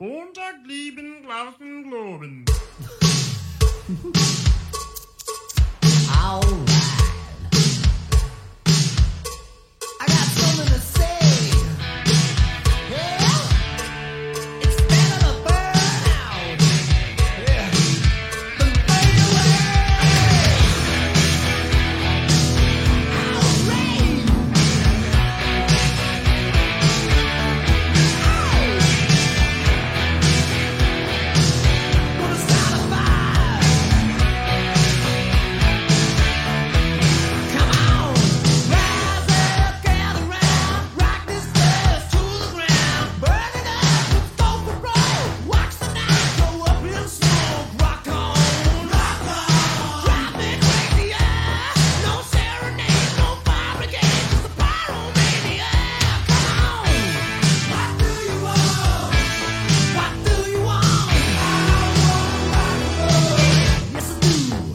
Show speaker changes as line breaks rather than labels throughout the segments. Montag lieben, glauben, globen.
All right. I got something to say. Yeah. It's better to burn out. Yeah. Than fade away. All right. Ow. Gonna start a fire. Come on, rise up, gather round, rock this dust to the ground, burn it up, let's go for broke. Watch the night go up in smoke. Rock on, rock on, drive me crazy, no serenade, no fire brigade, just a pyromania. Come on, what do you want? What do you want? I want rock Yes, I do.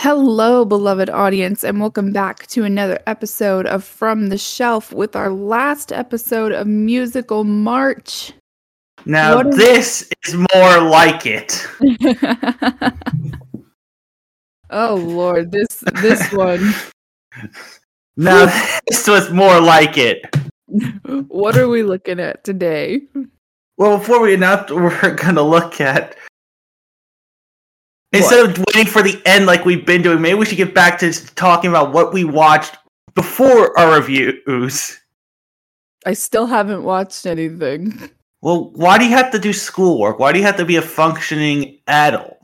Hello, beloved audience, and welcome back to another episode of From the Shelf with our last episode of Musical March.
Now
What is-
this is more like it.
oh Lord, this this one.
Now this was more like it.
What are we looking at today?
Well, before we announce, what we're gonna look at instead of waiting for the end like we've been doing. Maybe we should get back to just talking about what we watched before our reviews.
I still haven't watched anything.
Well, why do you have to do schoolwork? Why do you have to be a functioning adult?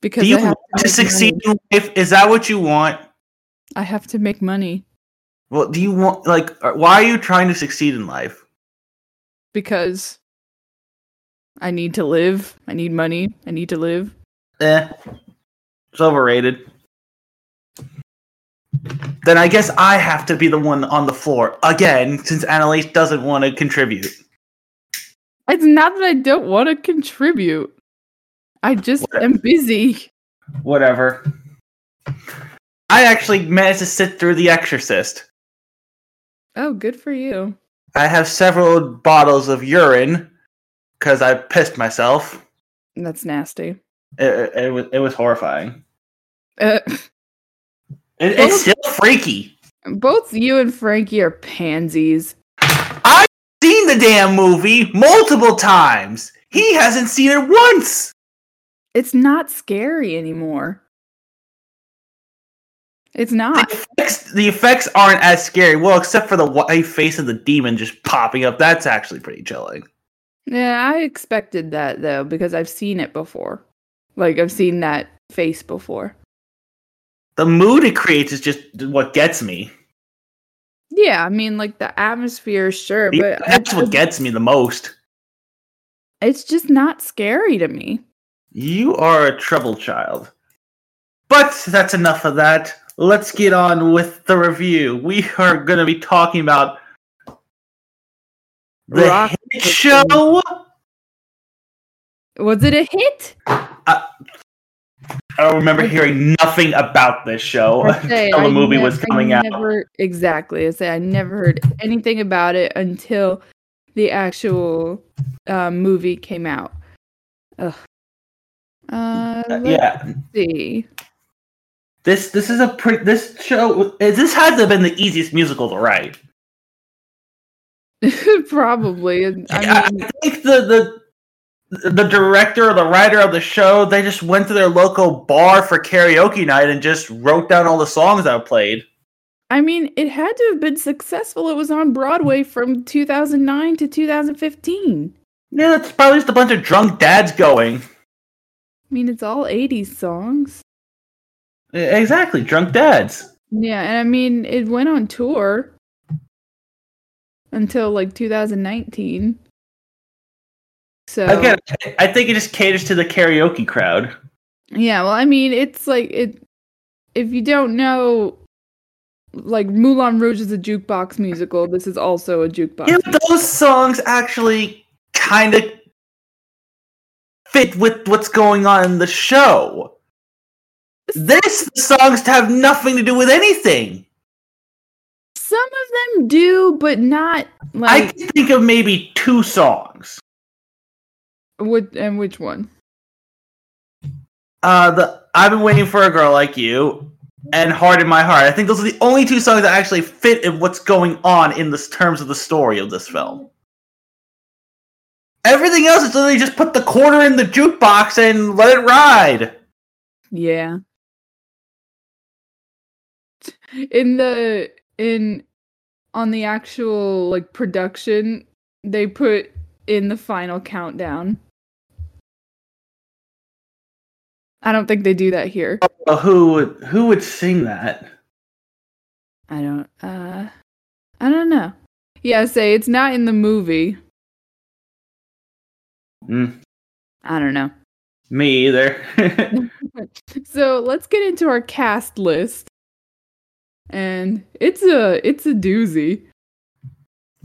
Because
Do you
I, have
want to
make
succeed
money.
in life? Is that what you want?
I have to make money
Well, do you want like? uh, Why are you trying to succeed in life?
because I need to live. I need money. I need to live.
Eh, it's overrated. Then I guess I have to be the one on the floor again, since Annalise doesn't want to contribute.
It's not that I don't want to contribute. I just
Whatever.
am busy.
Whatever. I actually managed to sit through The Exorcist.
Oh, good for you.
I have several bottles of urine because I pissed myself.
That's nasty.
It, it, it was it was horrifying.
Uh,
It,
Well-
it's still freaky.
both you and Frankie are pansies.
Seen the damn movie multiple times. He hasn't seen it once.
It's not scary anymore. It's not.
the effects, the effects aren't as scary. Well, except for the white face of the demon just popping up. That's actually pretty chilling.
Yeah, I expected that though because I've seen it before. Like I've seen that face before.
The mood it creates is just what gets me.
Yeah, I mean like the atmosphere, sure,
Yeah,
but I
That's what
just-
gets me the most.
it's just not scary to me.
You are a troubled child. But that's enough of that. Let's get on with the review. We are going to be talking about the
Rock
hit show.
Was it a hit?
I remember hearing nothing about this show
I say,
until
I
the movie
ne-
was coming
I
out.
Never, exactly. I say I never heard anything about it until the actual uh, movie came out. Ugh. Uh, let's
yeah,
see.
This this is a pretty this show this had to have been the easiest musical to write.
Probably. and-
Yeah,
I mean,
I think the the the director or the writer of the show they just went to their local bar for karaoke night and just wrote down all the songs that were played.
I mean, it had to have been successful. It was on Broadway from 2009 to 2015.
Yeah, that's probably just a bunch of drunk dads going.
I mean, it's all 80s songs.
E- Exactly, drunk dads.
Yeah, and I mean, it went on tour until like 2019. So
Again, I- I think it just caters to the karaoke crowd.
yeah, well, I mean, it's like it. If you don't know, like Moulin Rouge is a jukebox musical. This is also a jukebox.
Yeah, but those songs actually kind of fit with what's going on in the show. This the songs have nothing to do with anything.
Some of them do, but not
I
like
can think of maybe two songs.
what and which one?
Uh, the I've been waiting for a girl like you and Hard in My Heart. I think those are the only two songs that actually fit in what's going on in the s- terms of the story of this film. Everything else is literally just put the quarter in the jukebox and let it ride.
Yeah. In the in on the actual like production, they put in the final countdown. I don't think they do that here.
Well, who would who would sing that?
I don't uh I don't know. Yeah, say it's not in the movie.
Mm,
I don't know.
me either.
So let's get into our cast list. And it's a it's a doozy.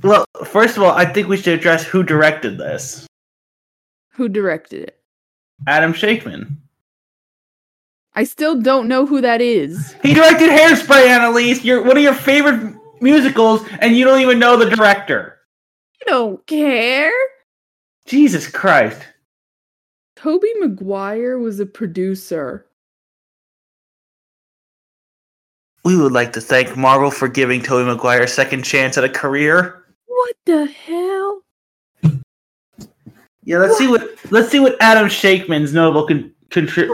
well, first of all, I think we should address who directed this.
Who directed it?
Adam Shakeman.
I still don't know who that is.
He directed Hairspray, Annalise. Your one of your favorite musicals, and you don't even know the director.
I don't care.
Jesus Christ.
Toby Maguire was a producer.
We would like to thank Marvel for giving Tobey Maguire a second chance at a career.
What the hell?
Yeah, let's see what let's see what Adam Shakeman's notable con- contri-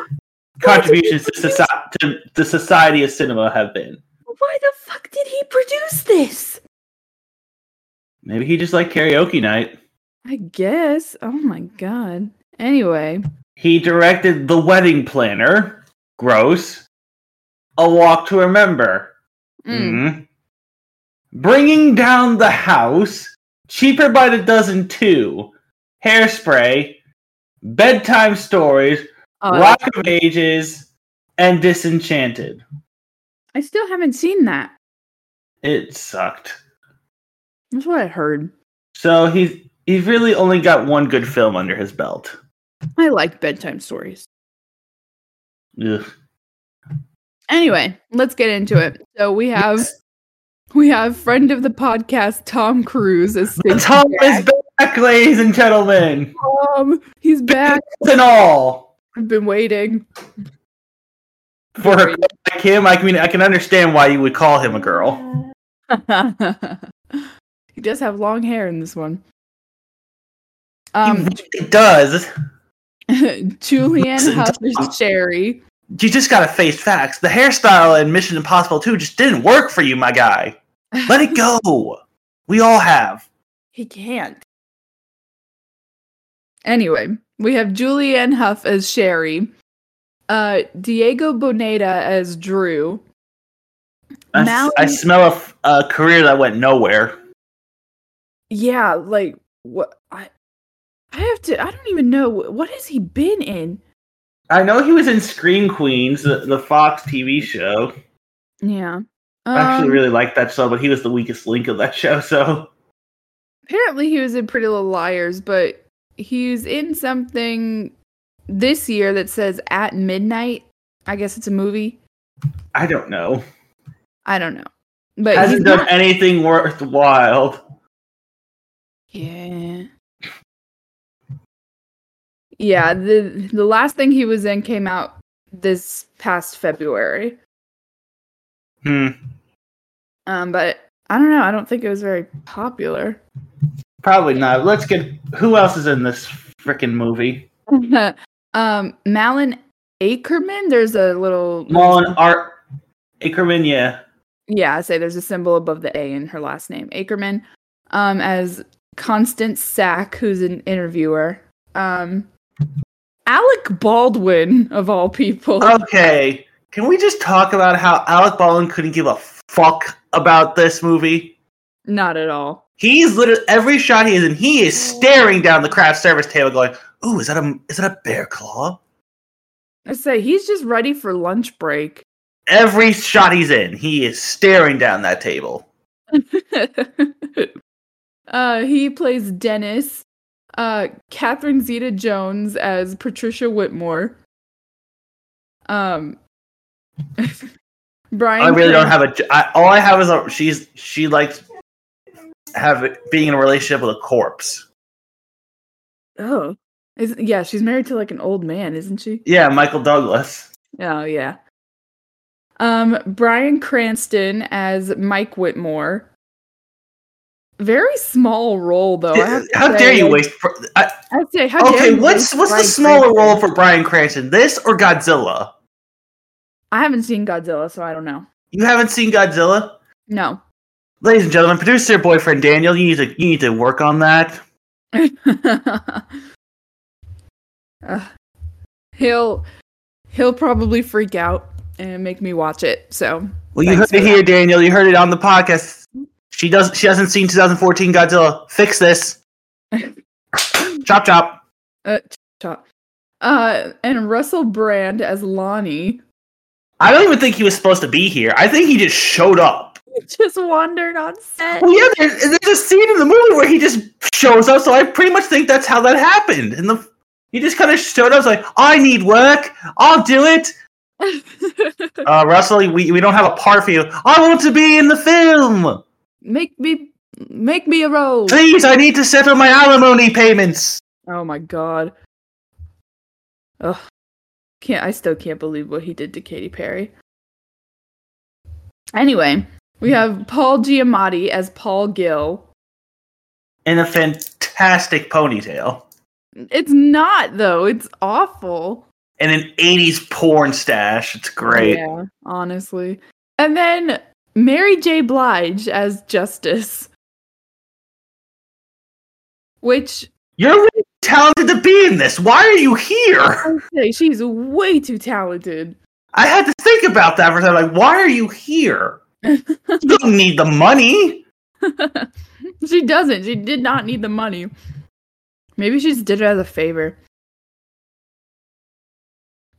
contributions to, soci- to the society of cinema have been.
Why the fuck did he produce this?
Maybe he just liked karaoke night.
I guess. Oh my god. Anyway,
He directed The Wedding Planner, Gross, A Walk to Remember,
mm,
Mhm. Bringing down the house, cheaper by the dozen two, hairspray, bedtime stories,
uh,
rock of ages, and disenchanted.
I still haven't seen that.
It sucked.
That's what I heard.
So he's he's really only got one good film under his belt.
I like bedtime stories.
Ugh.
Anyway, let's get into it. So we have we have friend of the podcast Tom Cruise as Sid
Tom
Jack.
is back, ladies and gentlemen,
Tom. He's back.
and all.
I've been waiting.
For a girl like him, I mean, I can understand why you would call him a girl.
he does have long hair in this one. Um,
he really does.
Julianne
Listen,
Hough
Tom.
Sherry.
you just gotta face facts. The hairstyle in Mission Impossible 2 just didn't work for you, my guy. Let it go. We all have.
He can't. Anyway, we have Julianne Hough as Sherry, uh, Diego Boneta as Drew.
I, s-
Mallory-
I smell a, f- a career that went nowhere.
yeah, like what I, I have to. I don't even know wh- what has he been in.
I know he was in Scream Queens, the, the Fox TV show.
Yeah,
I actually
Um,
really liked that show, but he was the weakest link of that show, so.
Apparently, he was in Pretty Little Liars, but he's in something this year that says At Midnight. I guess it's a movie.
I don't know.
I don't know, but he's
Hasn't done
not-
anything worthwhile.
yeah, yeah. the The last thing he was in came out this past February,
Hmm.
um, but I don't know. I don't think it was very popular.
Probably not. Let's get. Who else is in this freaking movie?
um, Malin Ackerman. There's a little
Mullen Art. Ackerman, yeah.
yeah, I say there's a symbol above the A in her last name, Ackerman, um, as Constance Sack, who's an interviewer. Um, Alec Baldwin, of all people.
Oh. Okay, can we just talk about how Alec Baldwin couldn't give a fuck about this movie?
Not at all.
He's literally every shot he is in, he is staring down the craft service table, going, "Ooh, is that a is that a bear claw?"
I say he's just ready for lunch break.
Every shot he's in, he is staring down that table.
uh, he plays Dennis. Uh, Catherine Zeta Jones as Patricia Whitmore. Um, Brian.
I really
Cranston-
don't have a. j- I, all I have is a. She's she likes have being in a relationship with a corpse.
Oh, is yeah, she's married to like an old man, isn't she?
Yeah, Michael Douglas.
Oh yeah. Um, Brian Cranston as Mike Whitmore. Very small role, though. I have to
How dare
say,
you
like,
waste? pr- I,
I say, how dare
okay,
you
what's
waste
what's the
Brian
smaller
Cranston?
role for Brian Cranston? This or Godzilla?
I haven't seen Godzilla, so I don't know.
You haven't seen Godzilla,
No.
ladies and gentlemen. Producer boyfriend Daniel, you need to you need to work on that.
Ugh. he'll he'll probably freak out and make me watch it. So
Well, you
Thanks
heard it
for
here, Daniel. You heard it on the podcast. She does. She hasn't seen 2014 Godzilla. Fix this. chop chop.
uh, chop. Uh, and Russell Brand as Lonnie
I don't even think he was supposed to be here. I think he just showed up.
just wandered on set.
Well, yeah, there's, there's a scene in the movie where he just shows up. So I pretty much think that's how that happened. And the he just kind of showed up. was like, I need work. I'll do it. Uh, Russell, we, we don't have a part for you. I want to be in the film.
make me make me a role.
Please, I need to settle my alimony payments.
Oh my god. Ugh. Can't I still can't believe what he did to Katy Perry. Anyway, we have Paul Giamatti as Paul Gill.
In a fantastic ponytail.
It's not though. It's awful.
and an 80s porn stash. It's great.
Yeah, honestly. And then Mary J. Blige as Justice. Which
You're really talented to be in this. Why are you here?
I say she's way too talented.
I had to think about that for a second. Like, why are you here? You don't need the money.
she doesn't. She did not need the money. Maybe she just did it as a favor.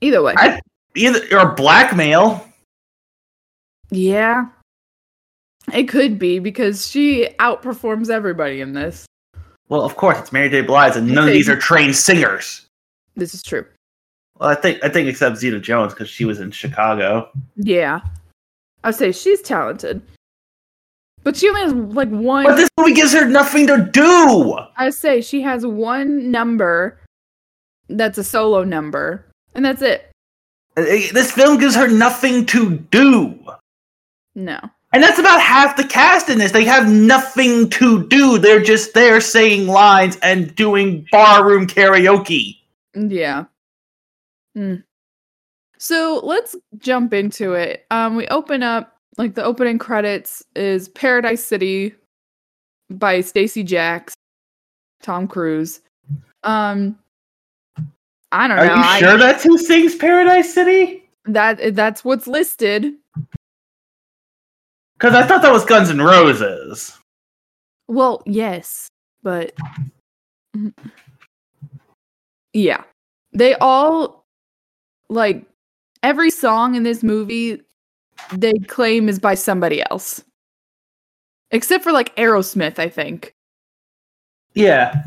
Either way.
I- Either or blackmail.
yeah. It could be because she outperforms everybody in this.
Well, of course, it's Mary J. Blige, and none of these are trained singers.
This is true.
Well, I think I think except Zeta Jones because she was in Chicago.
Yeah. I say she's talented. But she only has like one
But this movie gives her nothing to do. Uh,
I say she has one number that's a solo number. And that's it.
Uh, This film gives her nothing to do.
No.
And that's about half the cast in this. They have nothing to do. They're just there saying lines and doing barroom karaoke.
Yeah. Mm. So let's jump into it. Um, we open up like the opening credits is Paradise City by Stacy Jacks, Tom Cruise. Um, I don't
Are
know.
you
I-
sure that's who sings Paradise City?
that that's what's listed?
Because I thought that was Guns N' Roses.
Well, yes, but yeah, they all like every song in this movie they claim is by somebody else, except for like Aerosmith, I think.
Yeah.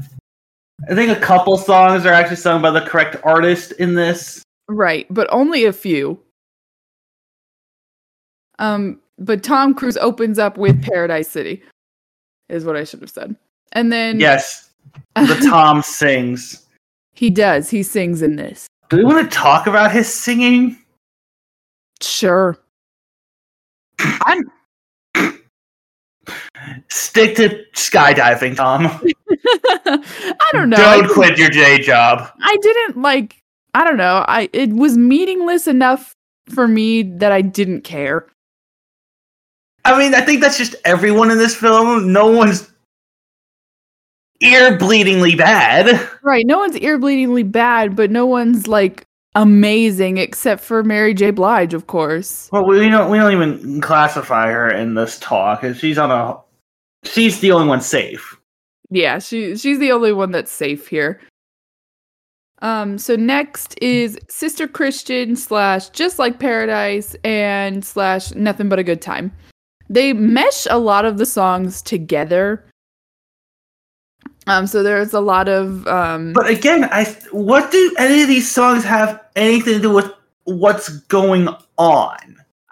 I think a couple songs are actually sung by the correct artist in this.
Right, but only a few. Um, but Tom Cruise opens up with Paradise City, is what I should have said. And then
Yes, the Tom sings.
he does. He sings in this.
Do we want to talk about his singing?
Sure.
Stick to skydiving, Tom.
I don't know. I
Don't
didn't-
quit your day job.
I didn't like. I don't know. I it was meaningless enough for me that I didn't care.
I mean, I think that's just everyone in this film. No one's ear bleedingly bad.
Right. No one's ear bleedingly bad, but no one's like amazing except for Mary J. Blige, of course.
Well, we don't we don't even classify her in this talk. She's on a she's the only one safe.
Yeah, she she's the only one that's safe here. Um, so next is Sister Christian slash Just Like Paradise and slash Nothing But a Good Time. They mesh a lot of the songs together. Um, so there's a lot of um,
But again, I what do any of these songs have anything to do with what's going on?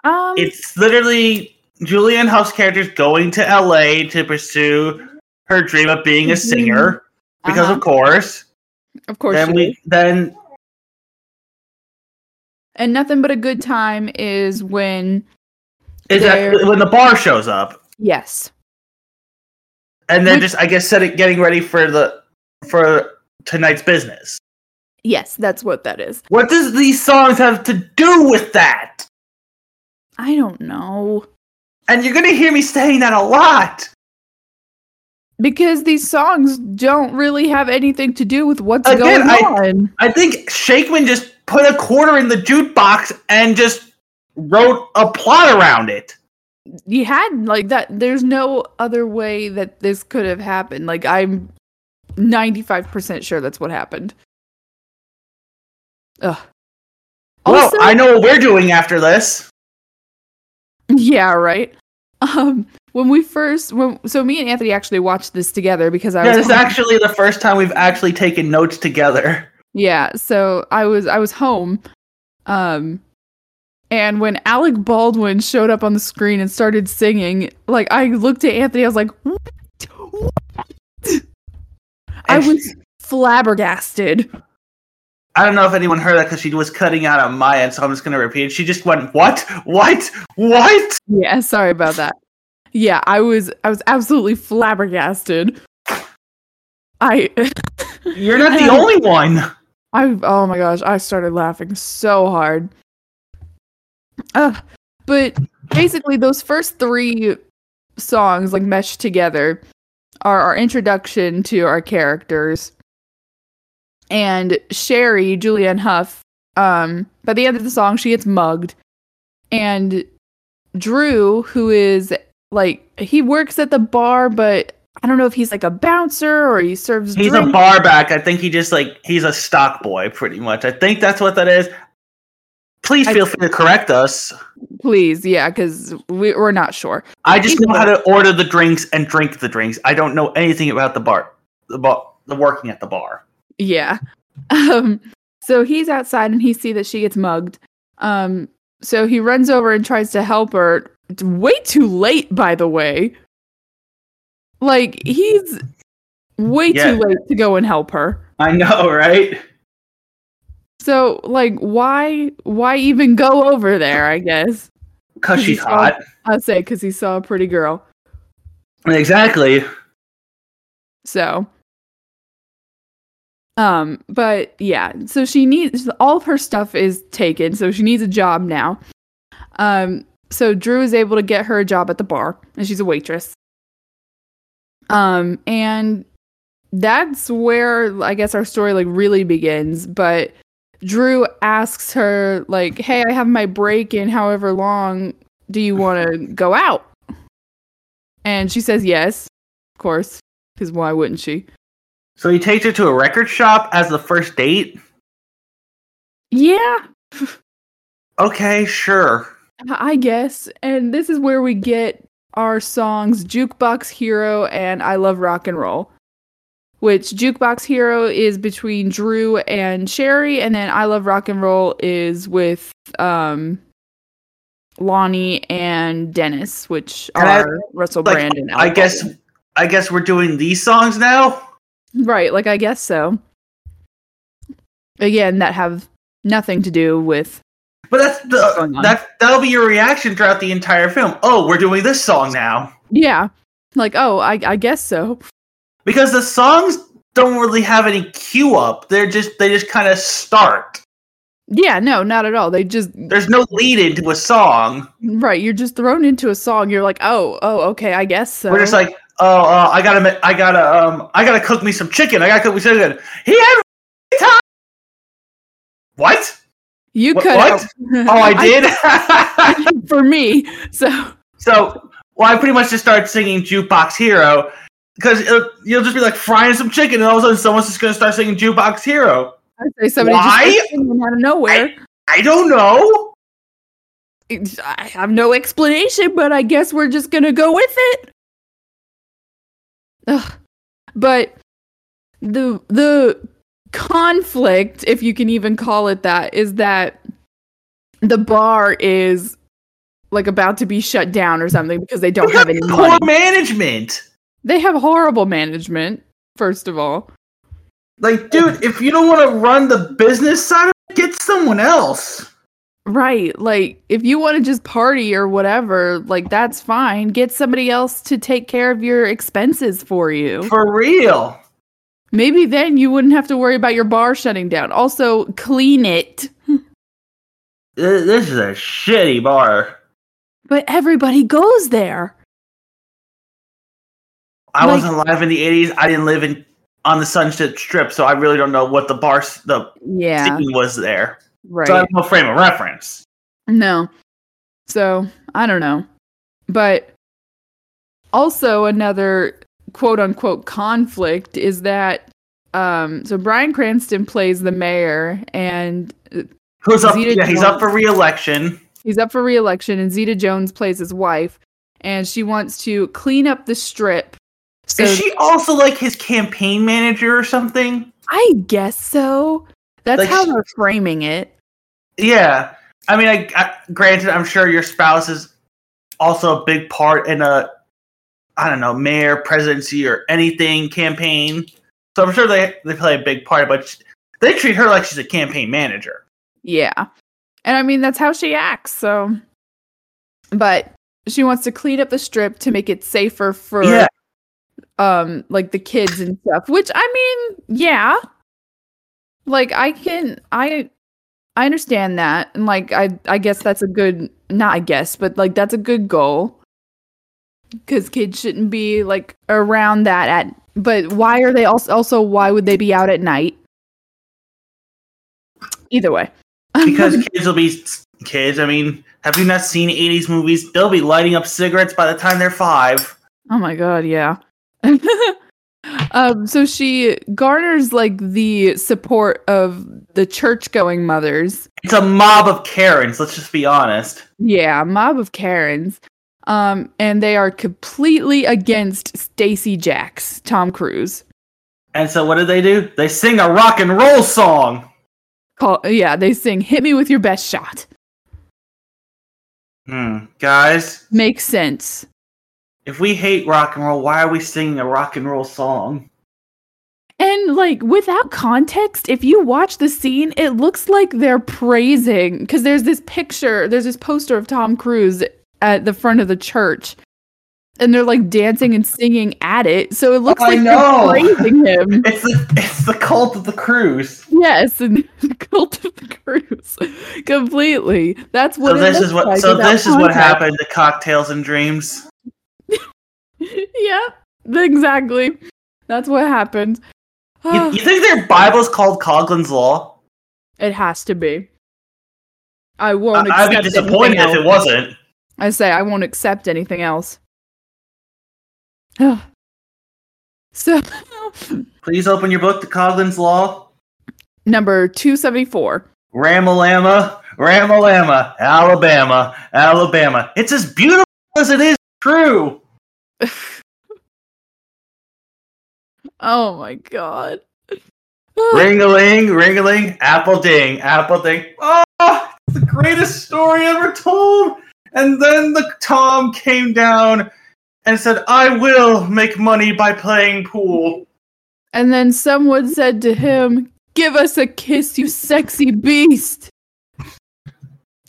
Um,
It's literally Julianne Hough's character's going to LA to pursue her dream of being a singer because,
Mm-hmm. uh-huh.
of course.
of course,
Then
she is.
we then
and nothing but a good time is when
is
There-
that when the bar shows up,
yes,
and then
Which-
just I guess set it getting ready for the for tonight's business.
yes, that's what that is.
What does these songs have to do with that?
I don't know
And you're gonna hear me saying that a lot.
because these songs don't really have anything to do with what's
Again,
going
I-
on.
I think Shakeman just put a quarter in the jukebox and just wrote a plot around it.
You had like that. There's no other way that this could have happened. Like I'm 95% sure that's what happened. Ugh.
well, I know what we're doing after this.
Yeah, right. Um, when we first, when so me and Anthony actually watched this together because I
Yeah,
was
this is actually the first time we've actually taken notes together.
yeah. So I was I was home, um, and when Alec Baldwin showed up on the screen and started singing, like I looked at Anthony, I was like, what? What?" I
And
was flabbergasted.
I don't know if anyone heard that because she was cutting out on my end, so I'm just going to repeat it. She just went, What? What? What?
Yeah, sorry about that. Yeah, I was I was absolutely flabbergasted. I
You're not
I
the
don't-
only one.
I oh my gosh, I started laughing so hard. Uh, but basically, those first three songs, like meshed together, are our introduction to our characters. And Sherry, Julianne Huff, um, by the end of the song, she gets mugged. And Drew, who is like, he works at the bar, but I don't know if he's like a bouncer or he serves
He's a
drinks.
bar back. I think he just like, he's a stock boy, pretty much. I think that's what that is. Please
I-
feel free to correct us.
please yeah because we, we're not sure
I just
Either
know how to order the drinks and drink the drinks. I don't know anything about the bar, the bar, the working at the bar.
yeah um so he's outside and he see that she gets mugged um so he runs over and tries to help her it's way too late by the way like he's way
Yeah.
too late to go and help her
I know, right?
so like why why even go over there i guess
Cause she's
He's all-
hot.
i'd say because he saw a pretty girl
Exactly.
So, um, but yeah, so she needs all of her stuff is taken, so she needs a job now. Um, so Drew is able to get her a job at the bar, and she's a waitress. Um, and that's where I guess our story like really begins. But Drew asks her like, "Hey, I have my break in however long. Do you want to go out?" And she says yes, of course because why wouldn't she?
So he takes her to a record shop as the first date.
Yeah,
Okay, sure.
I guess. And this is where we get our songs Jukebox Hero and I Love Rock and Roll, which Jukebox Hero is between Drew and Sherry, and then I Love Rock and Roll is with um, Lonnie and Dennis, which
And I-
are Russell
like,
Brand and
I
Alec
guess
Baldwin.
I guess we're doing these songs now.
Right, like I guess so. Again, that have nothing to do with
But that's
What's going
the
on?
that that'll be your reaction throughout the entire film. Oh, we're doing this song now.
yeah. Like, oh, I, I guess so.
Because the songs don't really have any cue up. They're just they just kind of start.
Yeah, no, not at all. They just
There's no lead into a song.
right. You're just thrown into a song. You're like, oh, oh, okay, I guess so.
We're just like, oh, uh, I gotta, ma- I gotta, um, I gotta cook me some chicken. I gotta cook me some chicken. He had a time. What?
you
Wh-
could.
what? Oh, I did.
for me. So
so, well, I pretty much just start singing "Jukebox Hero" because you'll just be like frying some chicken, and all of a sudden, someone's just gonna start singing "Jukebox Hero."
I say somebody
Why?
just came in out of nowhere.
I don't know.
It's- I have no explanation, but I guess we're just gonna go with it. Ugh. But the the conflict, if you can even call it that, is that the bar is like about to be shut down or something because they don't
Look at
have any
poor
money.
management.
They have horrible management, first of all.
Like, dude, if you don't want to run the business side, of it, get someone else.
Right. Like if you want to just party or whatever, like that's fine. Get somebody else to take care of your expenses for you.
For real.
Maybe then you wouldn't have to worry about your bar shutting down. Also, clean it.
Th- This is a shitty bar.
But everybody goes there.
I
Like-
wasn't alive in the '80s. I didn't live in on the Sunset Strip, so I really don't know what the bar s- the
Yeah.
scene was there.
Right.
So I have no frame of reference.
No. So, I don't know. But also another quote unquote conflict is that um so Brian Cranston plays the mayor and
Who's up?
Zeta
Yeah, he's
Jones.
up for reelection.
he's up for re-election and Zeta Jones plays his wife and she wants to clean up the strip. So
is she also like his campaign manager or something?
I guess so. That's
Like
how
she-
they're framing it.
Yeah. I mean, I, I granted, I'm sure your spouse is also a big part in a, I don't know, mayor, presidency, or anything campaign. So I'm sure they they play a big part, but she- they treat her like she's a campaign manager.
Yeah. And I mean, that's how she acts. So, but she wants to clean up the strip to make it safer for,
Yeah.
um, like the kids and stuff, which I mean, yeah. Like I can, I, I understand that. And like, I, I guess that's a good, not I guess, but like that's a good goal. Cause kids shouldn't be like around that at, but why are they also, also, why would they be out at night? Either way.
Because kids will be kids. I mean, have you not seen 80s movies? They'll be lighting up cigarettes by the time they're five.
Oh my god, yeah. um, so she garners like the support of the church going mothers.
It's a mob of Karens, let's just be honest.
Yeah, a mob of Karens. Um, and they are completely against Stacy Jacks, Tom Cruise.
And so what do they do? They sing a rock and roll song.
Call yeah, they sing Hit Me With Your Best Shot.
Hmm, guys,
Makes sense.
if we hate rock and roll, why are we singing a rock and roll song?
And like without context, if you watch the scene, it looks like they're praising because there's this picture, there's this poster of Tom Cruise at the front of the church, and they're like dancing and singing at it. So it looks
Oh, I
like
know.
they're praising him.
It's the it's the cult of the cruise.
yes, and the cult of the Cruise, completely. That's what.
So
it
this
looks
is what
like
so
without
this is what
context.
happened to Cocktails and Dreams.
yeah, exactly. That's what happened.
You, you think their Bible's called Coughlin's Law?
it has to be. I
I,
won't.
I'd be
accept anything
disappointed if
else.
it wasn't.
I say I won't accept anything else. Ugh. so,
Please open your book to Coughlin's Law.
number 274.
Ramalama, Ramalama, Alabama, Alabama. It's as beautiful as it is true.
Oh my god.
Ring a ling, ring a ling, apple ding, apple ding. Oh, the greatest story ever told. And then the Tom came down and said, I will make money by playing pool.
And then someone said to him, Give us a kiss, you sexy beast.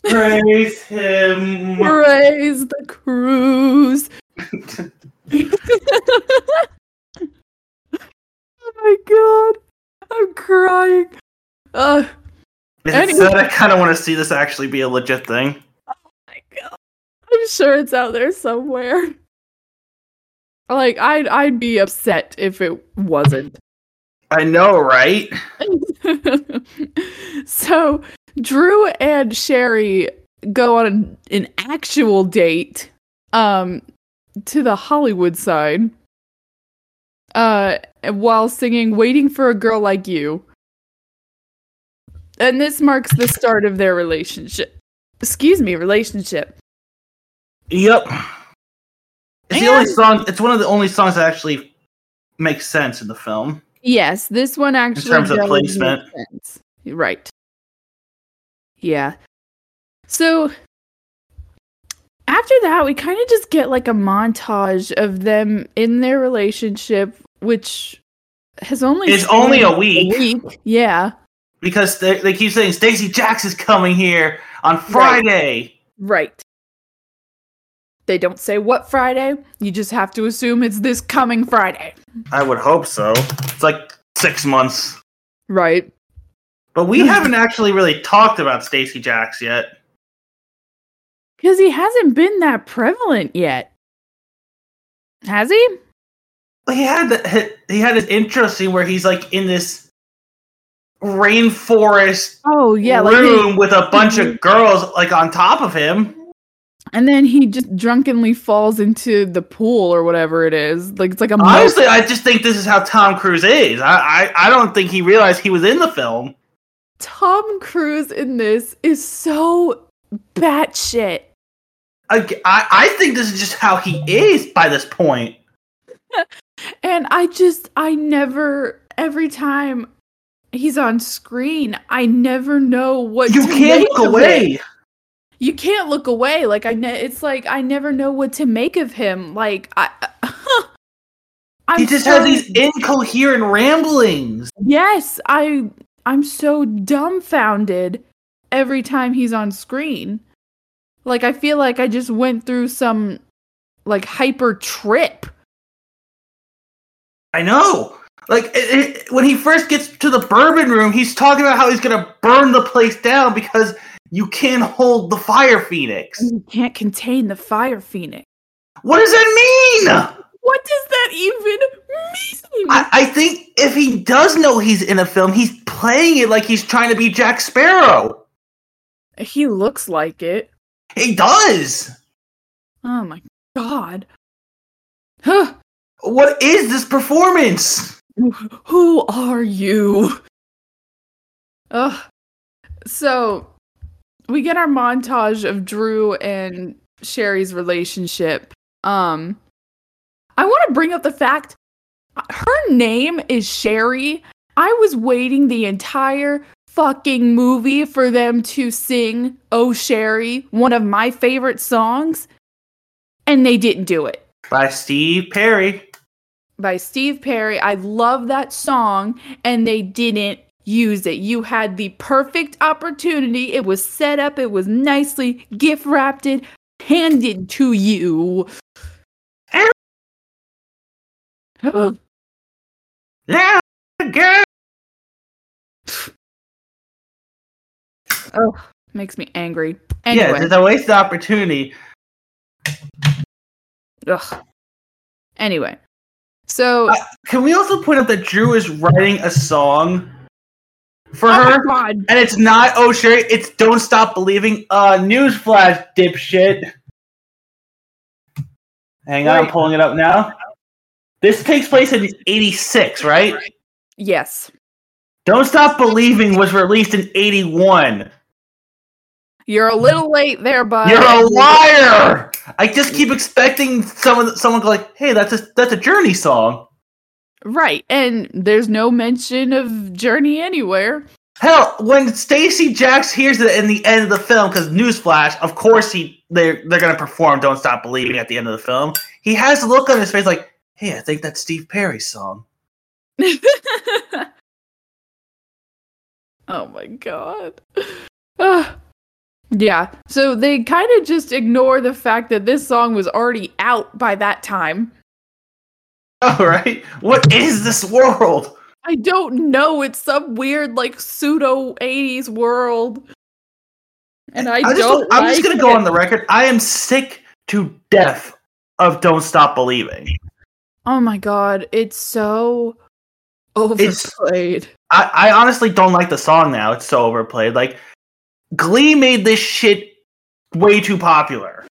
Praise him.
Praise the cruise. oh my god. I'm crying. Uh, Ugh.
Is it said uh, I kind of want to see this actually be a legit thing.
my God. I'm sure it's out there somewhere. Like I'd I'd be upset if it wasn't.
I know, right?
so Drew and Sherry go on an actual date um to the Hollywood side uh while singing Waiting for a Girl Like You. And this marks the start of their relationship. Excuse me, relationship.
Yep. It's the only
And-
song. It's one of the only songs that actually makes sense in the film.
Yes, this one actually
terms of
does make
placement.
sense. Right. Yeah. So after that, we kind of just get like a montage of them in their relationship, which has only
It's
been
only a week.
week. Yeah,
because they, they keep saying Stacy Jacks is coming here on Friday.
right. They don't say what Friday. You just have to assume it's this coming Friday,
I would hope so. It's like six months, Hmm.
right?
but we haven't actually really talked about Stacy Jacks yet.
Because he hasn't been that prevalent yet, has he?
he had the, he had his intro scene where he's like in this rainforest
Oh yeah, like he-
room with a bunch of girls like on top of him.
and then he just drunkenly falls into the pool or whatever it is. Like it's like a mo-
Honestly, I just think this is how Tom Cruise is. I, I I don't think he realized he was in the film.
Tom Cruise in this is so batshit.
I, I, I think this is just how he is by this point.
And I just, I never, every time he's on screen, I never know what
You
to
can't
make
look
of it.
away.
You can't look away. Like I, ne- it's like I never know what to make of him. Like I, I'm
He just
so-
has these incoherent ramblings.
Yes, I, I'm so dumbfounded every time he's on screen. Like I feel like I just went through some like hyper trip.
I know. Like it, it, when he first gets to the bourbon room, he's talking about how he's gonna burn the place down because you can't hold the fire phoenix.
You can't contain the fire phoenix.
What does that mean?
What does that even mean?
I, I think if he does know he's in a film, he's playing it like he's trying to be Jack Sparrow.
he looks like it.
He does.
Oh my god. Huh.
What is this performance?
Who are you? Ugh. So we get our montage of Drew and Sherry's relationship. Um I want to bring up the fact her name is Sherry. I was waiting the entire fucking movie for them to sing Oh Sherry, one of my favorite songs, and they didn't do it
By Steve Perry.
by Steve Perry. I love that song, and they didn't use it. You had the perfect opportunity. It was set up, it was nicely gift wrapped, it, handed to you. Ugh,
Now, girl.
Makes me angry.
Yeah,
Anyway,
it's a wasted opportunity.
ugh. anyway. So,
I- Can we also point out that Drew is writing a song for
oh
her?
my God,
And it's not oh Sherry, it's don't stop believing. Uh newsflash, dipshit. Hang on, I'm
Wait.
pulling it up now. This takes place in '86, right?
yes,
Don't Stop Believing was released in '81.
you're a little late there, bud.
You're a liar! I just keep expecting someone, someone to like, hey, that's a that's a Journey song.
Right, and there's no mention of Journey anywhere.
Hell, when Stacy Jacks hears it in the end of the film, because newsflash, of course he they're they're gonna perform "Don't Stop Believing" at the end of the film. He has a look on his face like, "Hey, I think that's Steve Perry's song."
oh my god. Ugh. yeah. So they kind of just ignore the fact that this song was already out by that time.
All right, what is this world?
I don't know. It's some weird like pseudo 80s world. And I,
I'm just,
don't
I'm just
like
gonna go
it.
on the record. I am sick to death of "Don't Stop Believing."
Oh my god, it's so overplayed.
I, I honestly don't like the song now. It's so overplayed. Like, Glee made this shit way too popular.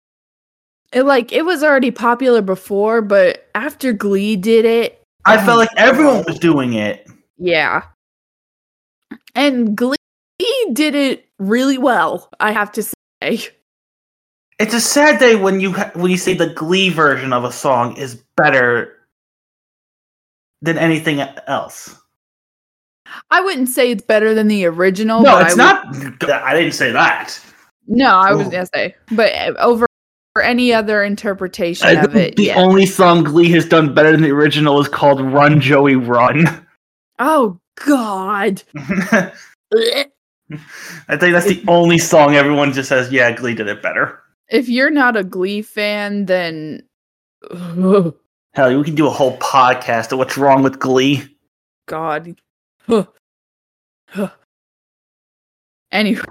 It like it was already popular before, but after Glee did it,
I
Oh,
felt like everyone was doing it.
Yeah. And Glee did it really well, I have to say.
It's a sad day when you ha- when you say the Glee version of a song is better than anything else.
I wouldn't say it's better than the original.
no,
Oh, but
it's Oh.
I
not. I didn't say that.
Would, no, I was
Ooh.
gonna say, but uh, overall, for any other interpretation
I
of
think
it.
the
Yeah.
only song Glee has done better than the original is called Run Joey Run.
oh God.
I think that's the only song everyone just says, yeah, Glee did it better.
If you're not a Glee fan, then
Hell, we can do a whole podcast of what's wrong with Glee.
God. Huh. Huh. anyway,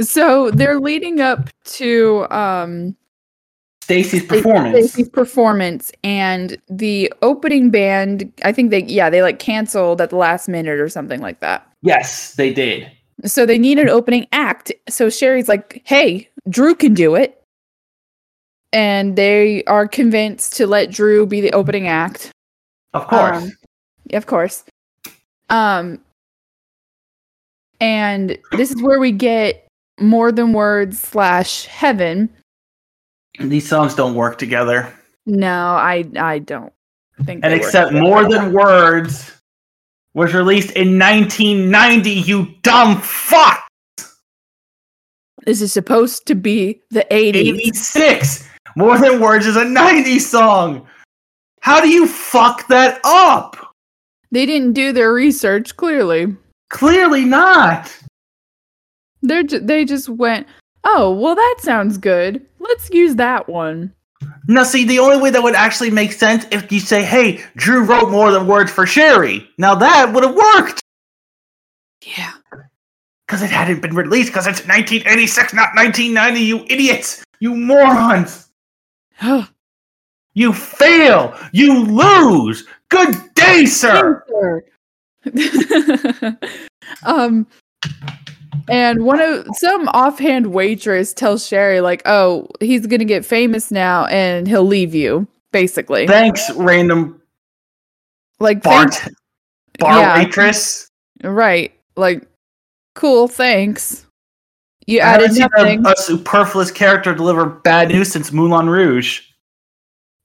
so they're leading up to um
Stacy's
Sta-
performance.
Stacey's performance and the opening band, I think they yeah, they like canceled at the last minute or something like that.
Yes, they did.
So they need an opening act. So Sherry's like, "Hey, Drew can do it." And they are convinced to let Drew be the opening act.
Of course.
Um, yeah, of course. Um, and this is where we get more than words slash heaven.
These songs don't work together.
No, I I don't think.
And
they were.
except More Than Words was released in 1990, you dumb fuck!
this is supposed to be the eighties.
86! More Than Words is a 90s song! How do you fuck that up?
They didn't do their research. Clearly,
Clearly not!
they're ju- they just went. Oh well, that sounds good. Let's use that one.
Now, see, the only way that would actually make sense if you say, hey, Drew wrote More Than Words for Sherry. Now that would have worked!
Yeah.
Because it hadn't been released, because it's 1986, not 1990, you idiots! You morons! You fail. You lose. Good day, sir.
um and one of some offhand waitress tells Sherry like, "Oh, he's going to get famous now and he'll leave you." Basically.
Thanks, random
like
bar,
thank-
bar
Yeah.
waitress.
right. Like cool, thanks. You
I haven't
added
seen
nothing.
a, a superfluous character deliver bad news since Moulin Rouge.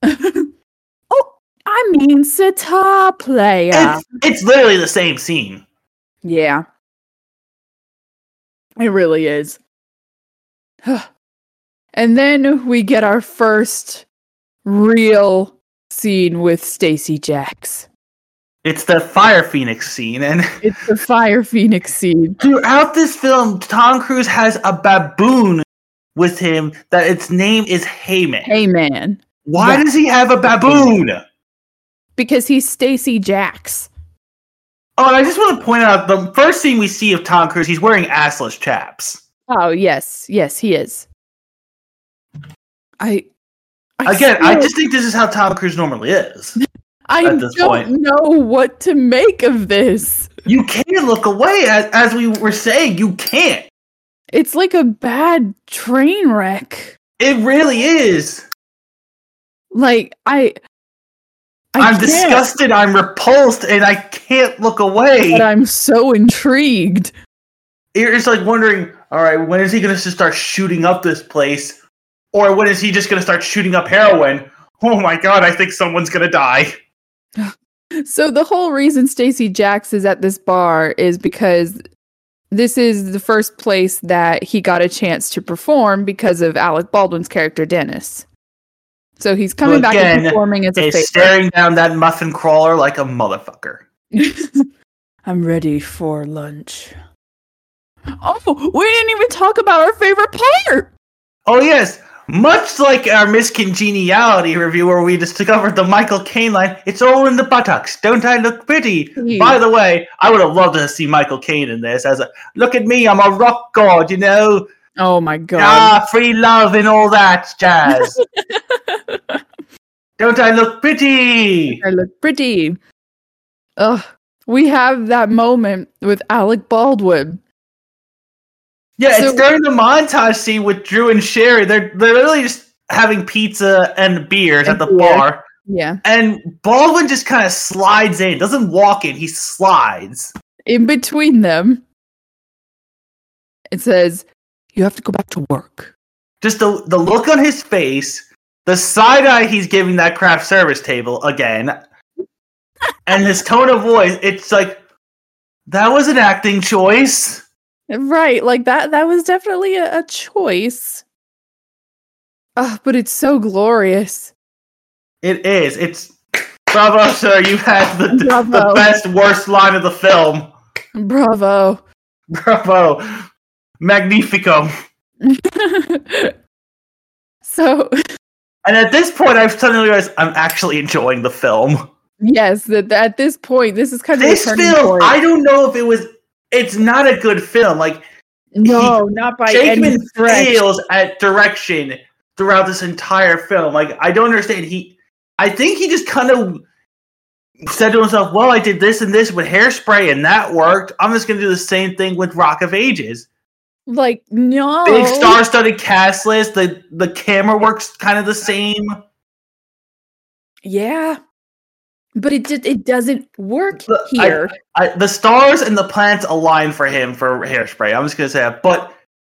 oh, I mean sitar player.
It's, it's literally the same scene.
Yeah. It really is. and then we get our first real scene with Stacy Jacks.
It's the Fire Phoenix scene, and
It's the Fire Phoenix scene.
throughout this film, Tom Cruise has a baboon with him that its name is Hayman.
Hey man.
Why
Yeah.
does he have a baboon?
Because he's Stacy Jacks.
Oh, and I just want to point out the first scene we see of Tom Cruise, he's wearing assless chaps.
Oh yes, yes, he is. I, I
Again, I
still-
just think this is how Tom Cruise normally is.
I
at this
don't
point-
know what to make of this.
You can't look away, as, as we were saying, you can't.
It's like a bad train wreck.
It really is.
Like I, I
I'm
can't,
disgusted, I'm repulsed, and I can't look away.
but uh, I'm so intrigued.
You're just like wondering, all right, when is he going to start shooting up this place? Or when is he just going to start shooting up heroin? Oh my god, I think someone's going to die.
So the whole reason Stacy Jacks is at this bar is because this is the first place that he got a chance to perform because of Alec Baldwin's character Dennis. So he's coming back and
Again,
performing as a
He's
favorite.
staring down that muffin crawler like a motherfucker.
I'm ready for lunch. Oh, we didn't even talk about our favorite part.
Oh yes, much like our miscongeniality review where we discovered the Michael Caine line, it's all in the buttocks. Don't I look pretty?
Please.
By the way, I would have loved to see Michael Caine in this as a look at me, I'm a rock god, you know,
Oh my god.
ah, free love and all that jazz. Don't I look pretty?
I look pretty. Ugh. We have that moment with Alec Baldwin.
Yeah,
So-
it's during the montage scene with Drew and Sherry. They're they're literally just having pizza and beers
And
at the
beer.
bar.
Yeah.
And Baldwin just kind of slides in, doesn't walk in, he slides.
In between them, it says, You have to go back to work.
Just the, the look on his face, the side eye he's giving that craft service table again, and his tone of voice, it's like, that was an acting choice.
Right. Like that, that was definitely a, a choice. Oh, but it's so glorious.
It is. It's bravo, sir. You've had the the
Bravo.
best worst line of the film.
Bravo.
Bravo, magnifico.
so,
And at this point, I've suddenly realized I'm actually enjoying the film.
yes, that at this point, this is kind of a
This
turning
film,
point.
I don't know if it was. It's not a good film. Like
no, not by any
Jakeman
stretch.
fails at direction throughout this entire film. Like I don't understand. He, I think he just kind of said to himself, "Well, I did this and this with hairspray, and that worked. I'm just going to do the same thing with Rock of Ages."
Like no.
Big star-studded cast list. The the camera works kind of the same.
Yeah, but it just it doesn't work
But I-
here.
I, the stars and the planets align for him for hairspray. I'm just going to say that. But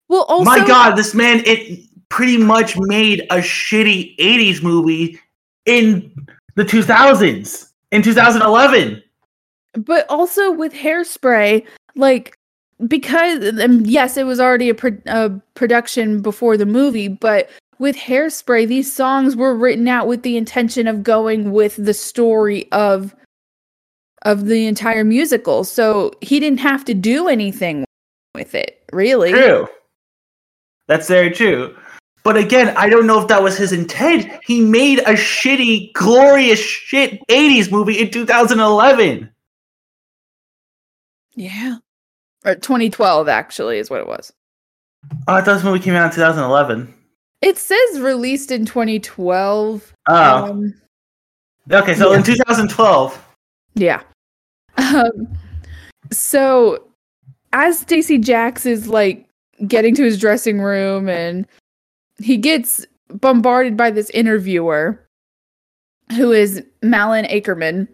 well, also,
my god this man it pretty much made a shitty 80s movie in the 2000s in 2011
but also with hairspray, like because and yes, it was already a, pro- a production before the movie, but with hairspray, these songs were written out with the intention of going with the story of of the entire musical. So he didn't have to do anything with it, really.
true that's very true but again i don't know if that was his intent he made a shitty glorious shit 80s movie in 2011
Yeah. Or 2012 actually is what it was.
oh i thought this movie came out in 2011
It says released in 2012.
oh
Um,
okay so
yeah.
in 2012
Yeah. Um, so as Stacy Jacks is like getting to his dressing room and he gets bombarded by this interviewer who is Malin Ackerman.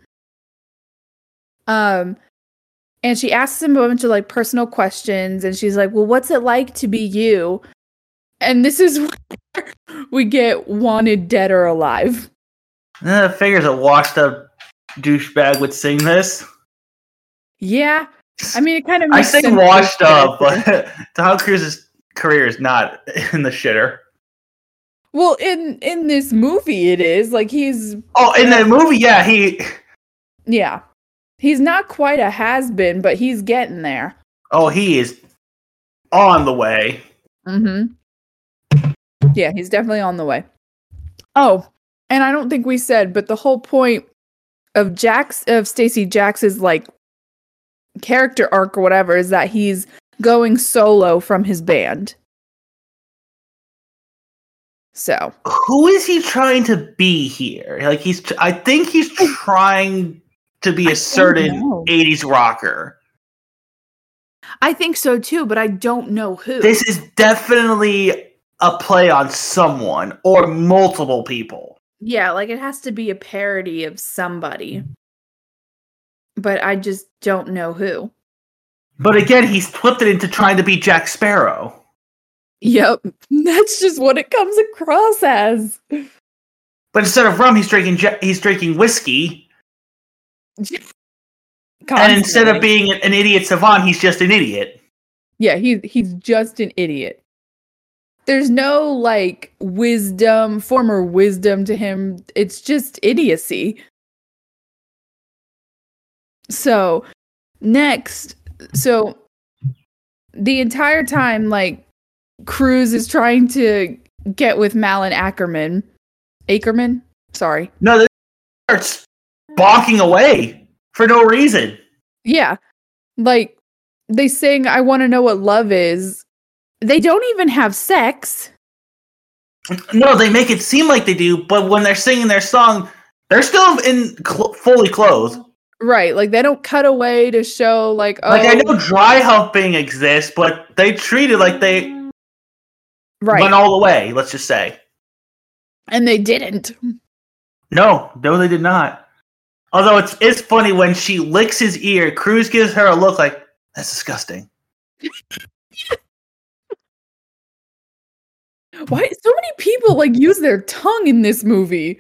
Um and she asks him a bunch of like personal questions and she's like, "Well, what's it like to be you?" And this is where we get wanted dead or alive.
Eh, figures a washed up douchebag would sing this
Yeah. I mean, it kind of
I
makes
think
sense.
washed up, but Tom Cruise's career is not in the shitter.
Well, in in this movie, it is like he's
Oh, in that movie, yeah, he.
yeah, he's not quite a has been, but he's getting there.
Oh, he is on the way.
Mm-hmm. Yeah, he's definitely on the way. Oh, and I don't think we said, but the whole point of Jack's of Stacy Jacks's like character arc or whatever is that he's going solo from his band. So
Who is he trying to be here? Like he's, tr- I think he's trying to be a
know.
certain '80s rocker.
I think so too, but I don't know who.
This is definitely a play on someone or multiple people.
Yeah, like it has to be a parody of somebody. But I just don't know who.
But again, he's flipped it into trying to be Jack Sparrow.
Yep. That's just what it comes across as.
But instead of rum, he's drinking. Ja- he's drinking whiskey.
Oh,
And instead of
Constantly.
being an idiot savant, he's just an idiot.
Yeah, he he's just an idiot. There's no like wisdom, former wisdom to him. It's just idiocy. So, next, so the entire time like Cruz is trying to get with Malin Ackerman. Ackerman? Sorry.
No, this starts balking away for no reason.
Yeah. Like they sing I want to know what love is. They don't even have sex.
No, they make it seem like they do, but when they're singing their song, they're still in cl- fully clothed.
Right, like they don't cut away to show like oh
Like I know dry humping exists, but they treat it like they
right,
went all the way. Let's just say
and they didn't.
no, no, they did not. Although it's it's funny when she licks his ear, Cruz gives her a look like that's disgusting.
Why so many people like use their tongue in this movie?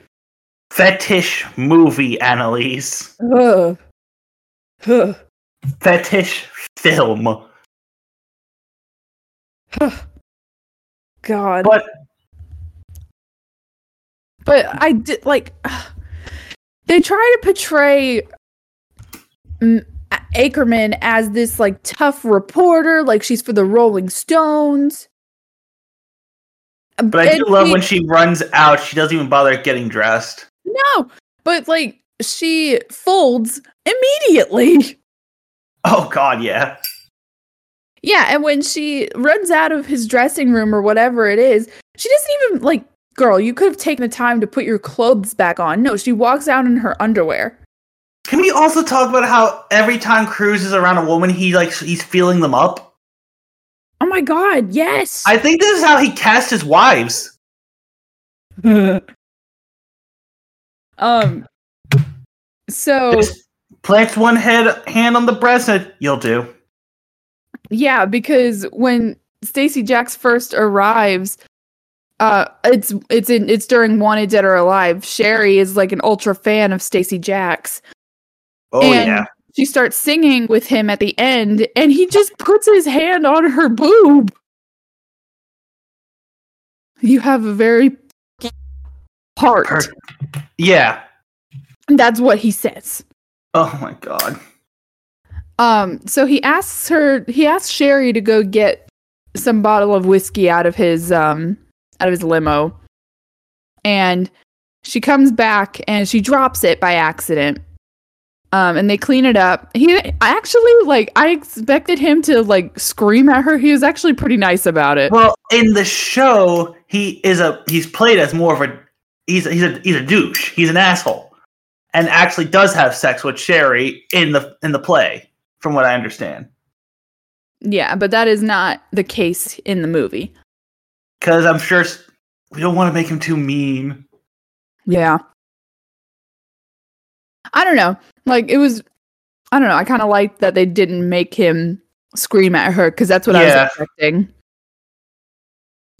Fetish movie, Annalise.
Ugh. Ugh.
fetish film.
God.
But
But I did like they try to portray mm, A- Ackerman as this like tough reporter, like she's for the Rolling Stones.
But I do love when she runs out. She doesn't even bother getting dressed.
no, but like she folds immediately.
Oh God, yeah.
Yeah, and when she runs out of his dressing room or whatever it is, she doesn't even like, girl, you could have taken the time to put your clothes back on. No, she walks out in her underwear.
Can we also talk about how every time Cruz is around a woman, he like he's feeling them up?
Oh my god, yes.
I think this is how he cast his wives.
um so
Just plants one head hand on the breast, and you'll do.
yeah, because when Stacy Jacks first arrives, uh it's it's in it's during Wanted Dead or Alive. Sherry is like an ultra fan of Stacy Jacks.
Oh
And-
yeah.
she starts singing with him at the end and he just puts his hand on her boob you have a very heart
Per- yeah.
that's what he says
Oh my God.
um so he asks her he asks sherry to go get some bottle of whiskey out of his um out of his limo and she comes back and she drops it by accident um and they clean it up he I actually like i expected him to like scream at her he was actually pretty nice about it
Well, in the show, he is a he's played as more of a he's he's a he's a douche. He's an asshole, and actually does have sex with Sherry in the in the play, from what I understand.
yeah but that is not the case in the movie
Because I'm sure s- we don't want to make him too mean.
yeah i don't know like it was i don't know i kind of liked that they didn't make him scream at her because that's what i was
Yeah.
expecting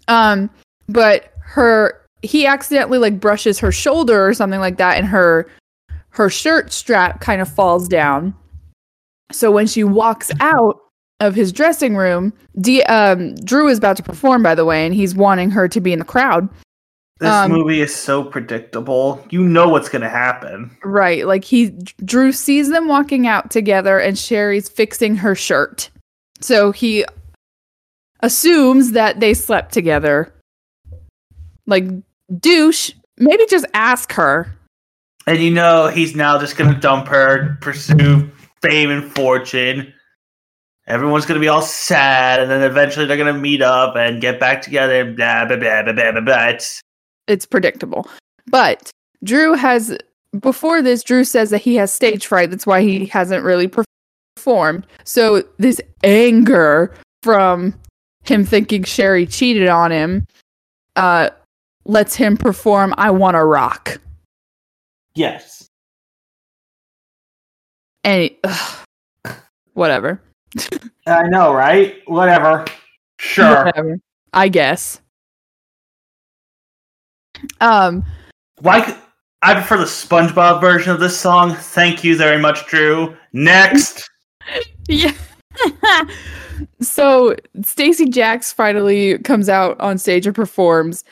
um but her he accidentally like brushes her shoulder or something like that and her her shirt strap kind of falls down so when she walks out of his dressing room D, um, drew is about to perform by the way and he's wanting her to be in the crowd
This
Um,
movie is so predictable. You know what's gonna happen.
Right. Like he Drew sees them walking out together and Sherry's fixing her shirt. So he assumes that they slept together. Like douche, maybe just ask her.
And you know he's now just gonna dump her, pursue fame and fortune. Everyone's gonna be all sad, and then eventually they're gonna meet up and get back together. and Blah blah blah blah blah blah. blah. It's
It's predictable. But Drew has before this Drew says that he has stage fright. That's why he hasn't really per- performed. So this anger from him thinking Sherry cheated on him uh lets him perform I Want to Rock.
yes.
And he- ugh, whatever.
I know, right? Whatever. Sure.
Whatever. I guess. Um
Why? c- I prefer the SpongeBob version of this song. Thank you very much, Drew. Next.
yeah. so Stacy Jacks finally comes out on stage and performs.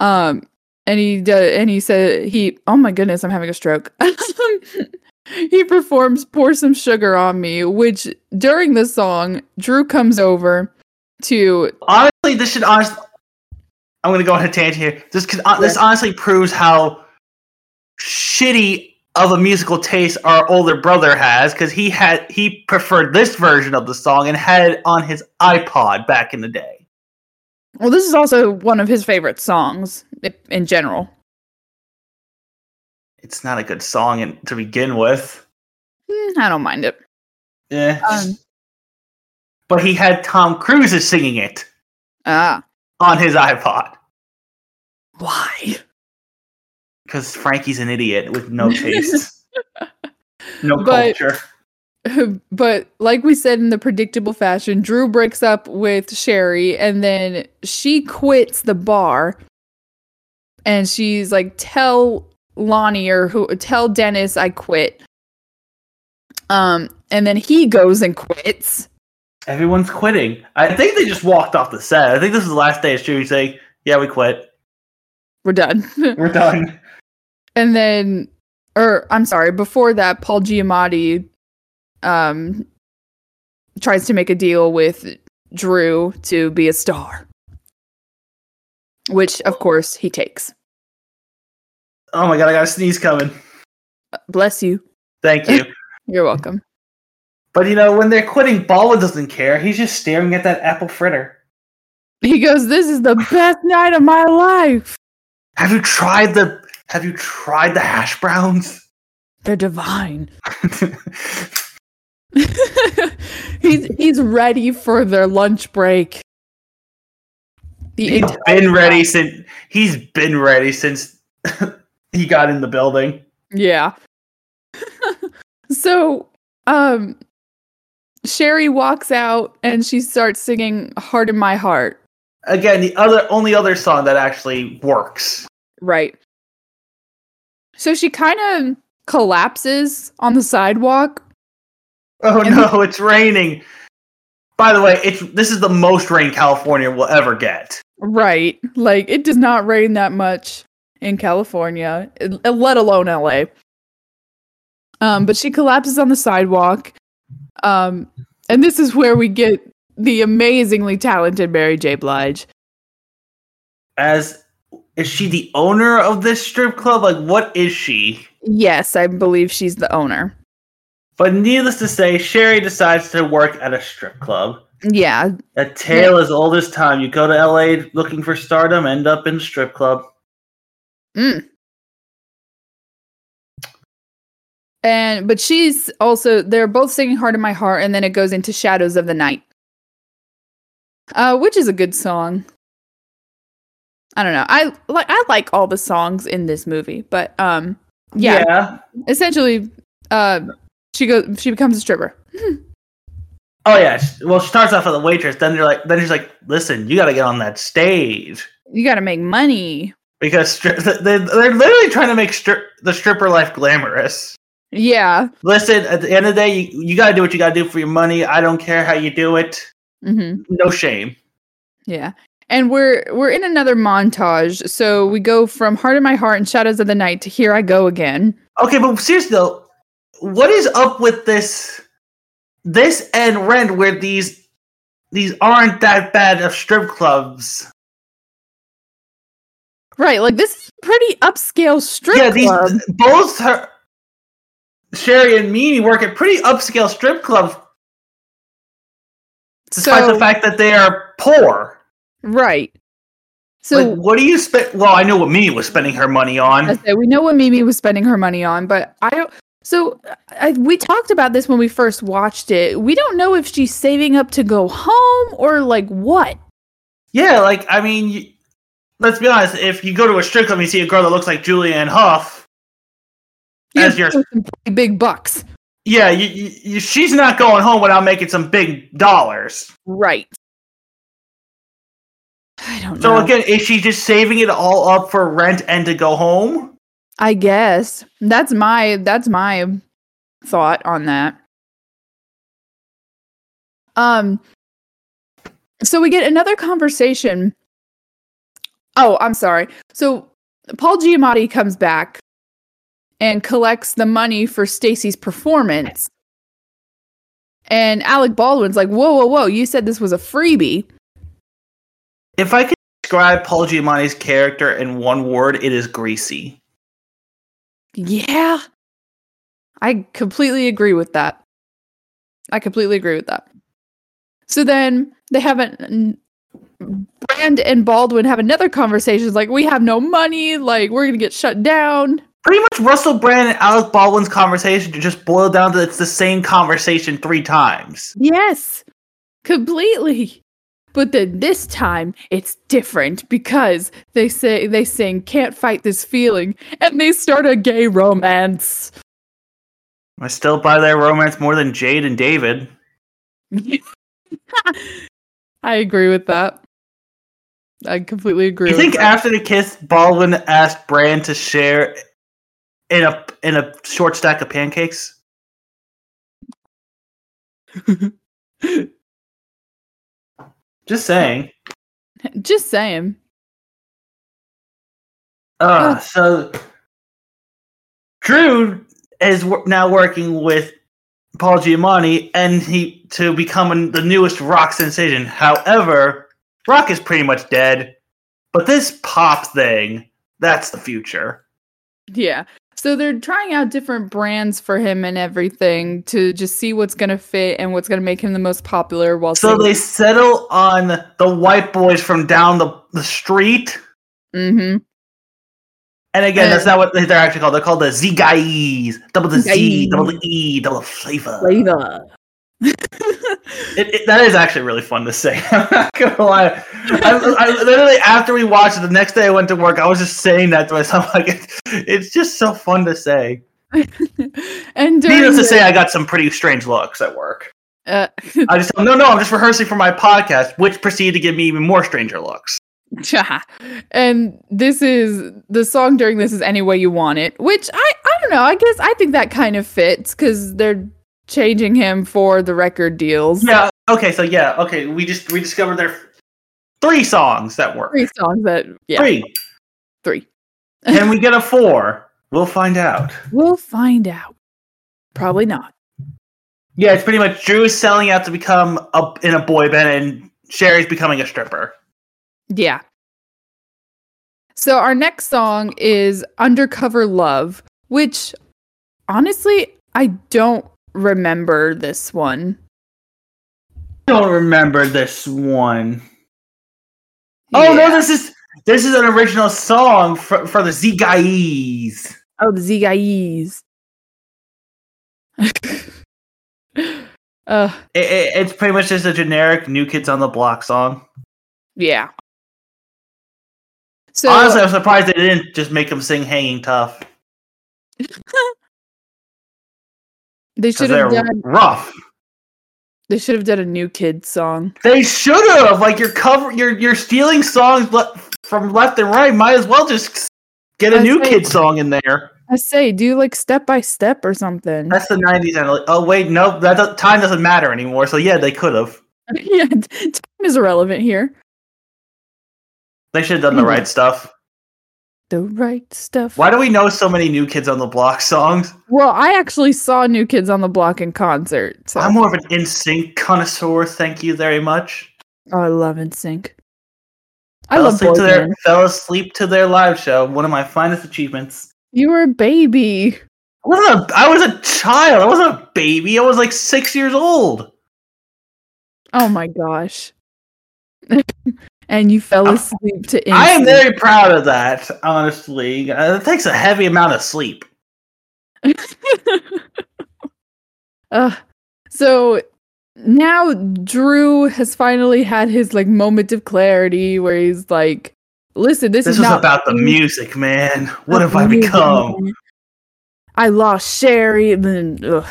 Um and he does and he said he oh my goodness, I'm having a stroke. he performs Pour Some Sugar on Me, which during the song, Drew comes over to
honestly, this should honestly. I'm gonna go on a tangent here. This could, uh, this honestly proves how shitty of a musical taste our older brother has, because he had he preferred this version of the song and had it on his iPod back in the day.
well, this is also one of his favorite songs i- in general.
It's not a good song in, to begin with.
Hmm, I don't mind it.
Yeah.
Um,
but he had Tom Cruise is singing it
ah,
on his iPod
why?
because Frankie's an idiot with no taste, no
But-
culture.
but like we said in the predictable fashion, Drew breaks up with Sherry and then she quits the bar and she's like, Tell Lonnie or who tell Dennis I quit. Um, and then he goes and quits.
Everyone's quitting. I think they just walked off the set. I think this is the last day of shooting. Saying, "Yeah, we quit."
we're done.
We're done.
and then, or I'm sorry, before that, Paul Giamatti um, tries to make a deal with Drew to be a star, which of course he takes.
Oh my god, I got a sneeze coming.
Bless you.
Thank you.
You're welcome.
But you know, when they're quitting, Baldwin doesn't care. He's just staring at that apple fritter.
He goes, This is the best night of my life.
Have you tried the have you tried the hash browns?
They're divine. he's he's ready for their lunch break. The
He's
int-
been ready since he's been ready since he got in the building.
yeah. so, um, Sherry walks out and she starts singing "Heart in My Heart."
Again, the other only other song that actually works.
Right. So she kind of collapses on the sidewalk.
Oh no, it's raining. By the way, it's this is the most rain California will ever get.
Right. Like it does not rain that much in California, l- let alone LA. Um, but she collapses on the sidewalk. Um, and this is where we get the amazingly talented Mary J. Blige.
As is she the owner of this strip club? Like what is she?
Yes, I believe she's the owner.
But needless to say, Sherry decides to work at a strip club.
Yeah.
A tale as old as time. You go to LA looking for stardom, end up in a strip club.
And but she's also they're both singing Heart in My Heart and then it goes into Shadows of the Night. Uh, which is a good song. I don't know. I like I like all the songs in this movie, but um yeah, essentially uh she goes she becomes a stripper.
Oh yeah. Sh- Well, she starts off as a waitress. Then they're like, then she's like, listen, you got to get on that stage
You got to make money.
because stri- th- they- they're literally trying to make stri- the stripper life glamorous.
Yeah.
Listen, at the end of the day, you, you got to do what you got to do for your money. I don't care how you do it.
Mhm.
No shame.
Yeah. And we're we're in another montage. So we go from Heart in My Heart and Shadows of the Night to Here I Go Again.
Okay, but seriously though, what is up with this this and rent where these these aren't that bad of strip clubs?
Right, like this is a pretty upscale strip
yeah, these
club.
both her Sherry and Meanie work at pretty upscale strip clubs, despite
So
the fact that they are poor.
right. So
like, what do you spend? Well, I know what Meanie was spending her money on.
I said, we know what Mimi was spending her money on, but I don't. So I, we talked about this when we first watched it. We don't know if she's saving up to go home or like what.
Yeah, like I mean, you, let's be honest. If you go to a strip club and you see a girl that looks like Julianne Hough, As
You're
yours.
some pretty big bucks,
Yeah, you, you, you, she's not going home without making some big dollars.
right? I don't
So
know.
again, is she just saving it all up for rent and to go home?
I guess that's my that's my thought on that. Um so we get another conversation. Oh, I'm sorry. So Paul Giamatti comes back and collects the money for Stacy's performance. And Alec Baldwin's like, "Whoa, whoa, whoa, you said this was a freebie."
If I could describe Paul Giamatti's character in one word, it is greasy.
Yeah. I completely agree with that. I completely agree with that. So then they have an Brand and Baldwin have another conversation like we have no money, like we're going to get shut down.
Pretty much Russell Brand and Alec Baldwin's conversation to just boil down to it's the same conversation three times.
Yes. Completely. But then this time it's different because they say they sing can't fight this feeling and they start a gay romance.
I still buy their romance more than Jade and David.
I agree with that. I completely agree.
You
with
think
that.
after the kiss, Baldwin asked Brand to share in a in a short stack of pancakes? Just saying.
Just saying.
Uh, so Drew is w- now working with Paul Giamatti, and he to become an- the newest rock sensation. However, rock is pretty much dead, but this pop thing—that's the future.
Yeah. So they're trying out different brands for him and everything to just see what's going to fit and what's going to make him the most popular while
So they settle on the white boys from down the, the street.
Mhm.
And again, that's
And-
not what they're actually called. They're called the Z guys. Double the Z,
Guys.
double the E, double flavor.
Flavor.
It, it- that is actually really fun to say. I'm not gonna lie. I, I literally after we watched it, the next day I went to work. I was just saying that to myself. Like it, it's just so fun to say.
and during
Needless to
the-
say, I got some pretty strange looks at work.
uh,
I just no, no. I'm just rehearsing for my podcast, which proceeded to give me even more stranger looks.
Cha. and this is the song during this is any way you want it which i i don't know i guess i think that kind of fits because they're changing him for the record deals
Yeah. Okay. So yeah. Okay. We just we discovered there are three songs that work.
three songs that yeah
Three.
Three.
Can we get a four? We'll find out.
we'll find out probably not
Yeah, it's pretty much Drew is selling out to become a, in a boy band, and Sherry's becoming a stripper.
yeah so our next song is undercover love which honestly i don't remember this one
Don't remember this one. Oh no,
Yeah.
this is this is an original song for, for the Z guys.
Oh, the Zigais. uh,
It, it- it's pretty much just a generic New Kids on the Block song.
yeah. So
Honestly, I'm surprised they didn't just make them sing "Hanging Tough"
they
because
should
they're
have done.
rough.
They should have done a new kid song.
They should have. Like you're cover, you're you're stealing songs le- from left and right. Might as well just get a
That's
new
like-
kid song in there.
I say, do like step by step or something.
That's the '90s. And oh wait, no, that does, time doesn't matter anymore. So yeah, they could have.
yeah, t- time is irrelevant here.
They should have done the
Mhm.
right stuff.
The right stuff.
Why do we know so many new kids on the block songs?
Well, I actually saw New Kids on the Block in concert. So
I'm more of an in sync connoisseur. Thank you very much.
oh, I love NSYNC. I
fell
love
asleep
boy
to their
bands.
fell asleep to their live show. One of my finest achievements.
You were a baby.
I wasn't. A, I was a child. I wasn't a baby. I was like six years old.
Oh my gosh. and you fell
I'm-
asleep to
I am
NSYNC.
very proud of that, honestly. Uh, it takes a heavy amount of sleep.
uh, so now Drew has finally had his like moment of clarity where he's like, listen, this,
This
is
was
not
about the music, man. What have I become?
I lost Sherry and then ugh,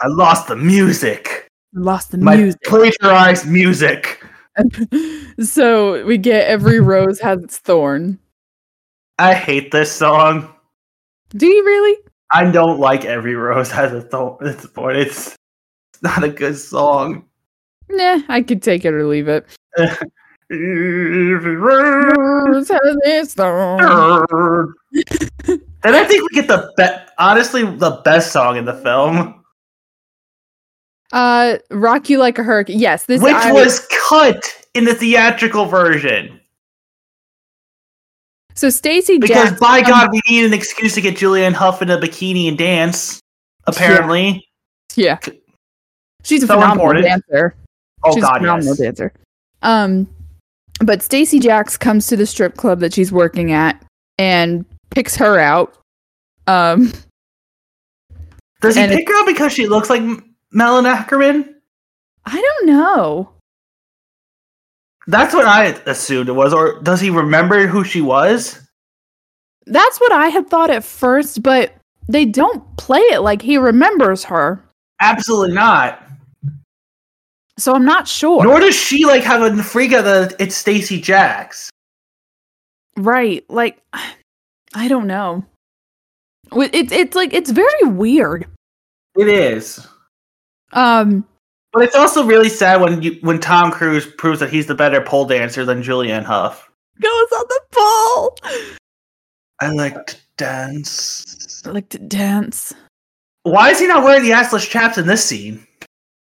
I lost the music.
lost the
My
music.
plagiarized music.
so we get every rose has its thorn.
I hate this song.
Do you really?
I don't like Every Rose Has a Thorn. It's, a thorn. it's it's not a good song.
Nah, I could take it or leave it.
Every Rose.
Rose has its thorn.
And I think we get the be- honestly the best song in the film,
Uh, rock you like a hurricane. Yes, this
which
I-
was cut in the theatrical version
so Stacy
because
Jackson.
by God, we need an excuse to get Julianne Huff in a bikini and dance. Apparently,
Yeah. She's a
So
phenomenal
important.
dancer.
oh
she's
God,
a phenomenal
yes.
dancer. Um, but Stacy Jacks comes to the strip club that she's working at and picks her out. Um,
Does he
And
pick her up because she looks like M- Melon Ackerman?
I don't know.
That's what I assumed it was. Or does he remember who she was?
That's what I had thought at first, but they don't play it like he remembers her.
Absolutely not.
So I'm not sure.
Nor does she like have a freak out that it's Stacy Jacks.
right. Like, I don't know. Wh- It's it's like it's very weird.
It is.
Um,
But it's also really sad when you when Tom Cruise proves that he's the better pole dancer than Julianne Huff.
goes on the pole.
I like to dance.
I like to dance.
Why is he not wearing the assless chaps in this scene?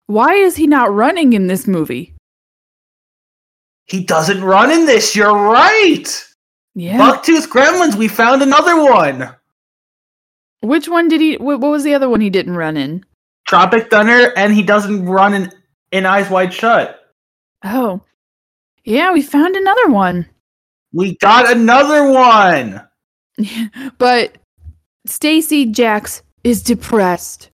Why is he not running in this movie?
He doesn't run in this. You're right.
Yeah.
Bucktooth Gremlins. We found another one.
Which one did he? wh- What was the other one he didn't run in?
Tropic Thunder, and he doesn't run in, in Eyes Wide Shut.
Oh, yeah, we found another one.
We got another one.
but Stacy Jax is depressed.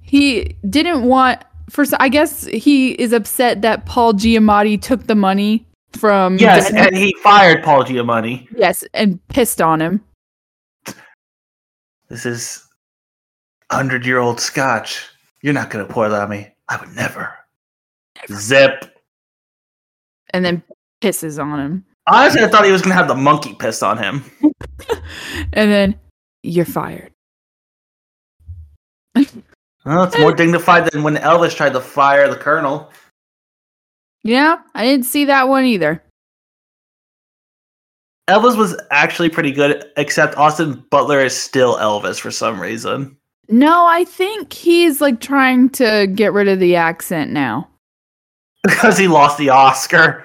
He didn't want first I guess he is upset that Paul Giamatti took the money from
Yes,
Dennis-
and he fired Paul Giamatti.
yes and pissed on him.
This is hundred year old scotch. You're not gonna pour that on me. I would never. Zip.
and then pisses on him.
Honestly, I thought he was gonna have the monkey piss on him.
And then you're fired.
Well, it's more dignified than when Elvis tried to fire the colonel.
Yeah, I didn't see that one either.
Elvis was actually pretty good, except Austin Butler is still Elvis for some reason.
No, I think he's like trying to get rid of the accent now.
Because he lost the Oscar.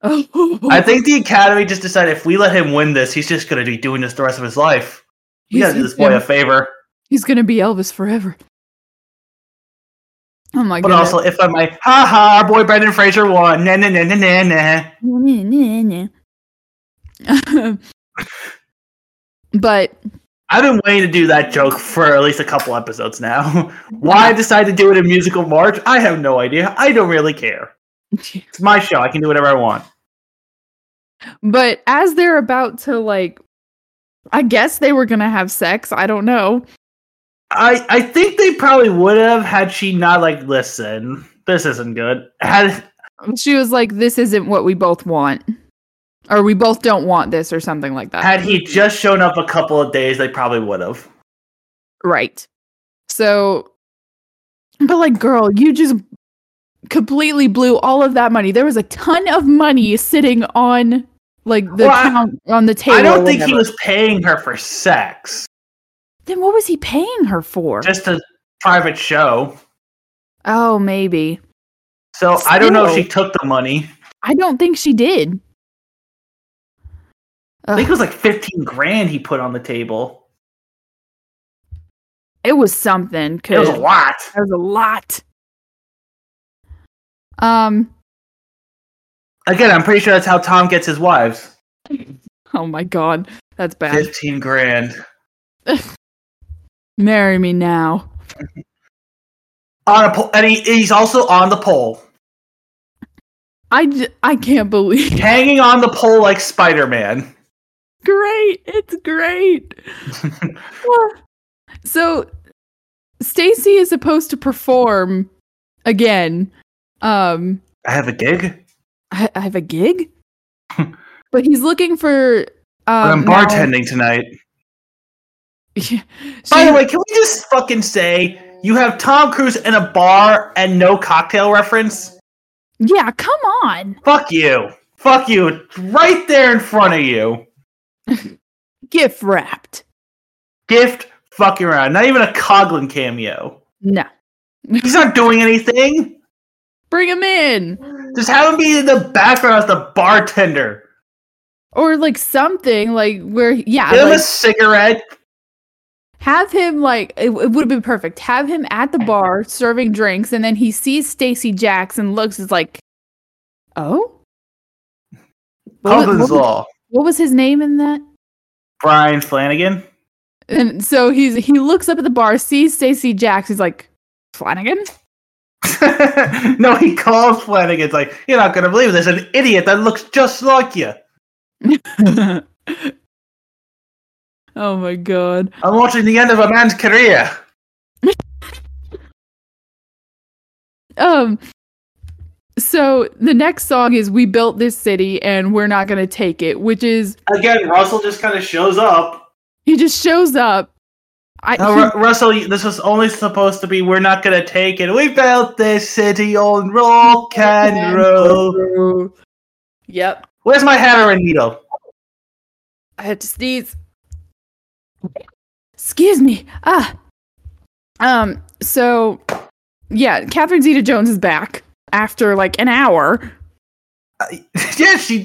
I think the Academy just decided if we let him win this, he's just going to be doing this the rest of his life. We
He's-
got to do this boy a favor.
He's gonna be Elvis forever. Oh my
But
god.
also, if I might, ha ha, our boy Brendan Fraser won. Na na na na na na.
but
I've been waiting to do that joke for at least a couple episodes now. Why I decided to do it in musical march, I have no idea. I don't really care. It's my show. I can do whatever I want.
but as they're about to like I guess they were gonna have sex, I don't know.
I I think they probably would have had she not like listen. This isn't good. Had
She was like, This isn't what we both want. Or we both don't want this or something like that.
had he just shown up a couple of days, they probably would have.
Right. So, but like, girl, you just completely blew all of that money. There was a ton of money sitting on like the
Well, I-
account on the table.
I don't think he
whatever.
was paying her for sex.
Then what was he paying her for?
Just a private show.
oh, maybe.
So I don't know if
Still.
she took the money.
I don't think she did.
I think
Ugh,
it was like fifteen grand he put on the table.
it was something.
It was a
'cause-
lot.
That was a lot. Um.
Again, I'm pretty sure that's how Tom gets his wives.
Oh my God, that's bad.
Fifteen grand.
Marry me now.
On a pole, and he, he's also on the pole,
I j- I can't believe.
hanging on the pole like Spider-Man.
great. It's great. so Stacy is supposed to perform again. Um
I have a gig.
I, I have a gig? but he's looking for um
I'm bartending tonight.
She,
By the way, can we just fucking say you have Tom Cruise in a bar and no cocktail reference?
yeah, come on.
Fuck you. Fuck you. It's Right there in front of you.
Gift wrapped.
Gift fucking around. Not even a Coglin cameo.
No.
He's not doing anything.
Bring him in.
Just have him be in the background as the bartender.
Or like something like where yeah,
Give him
like-
a cigarette.
have him like it, it would have been perfect have him at the bar serving drinks and then he sees stacy jacks and looks is like oh what, wa-
Coglin's
what was,
Law.
what was his name in that
Brian Flanagan.
and so he's he looks up at the bar sees stacy jacks he's like flanagan
no, he calls Flanagan. It's like, you're not going to believe this. An idiot that looks just like you.
oh my god
I'm watching the end of a man's career.
um so the next song is we built this city and we're not gonna take it which is
Again, Russell just kind of shows up.
he just shows up i
No,
he-
Ru- Russell, you- this was only supposed to be. We're not gonna take it. We built this city on rock and roll.
Yep.
Where's my hammer and needle?
I had to sneeze. Excuse me. Ah. Um. So, yeah, Catherine Zeta-Jones is back after like an hour.
yeah, she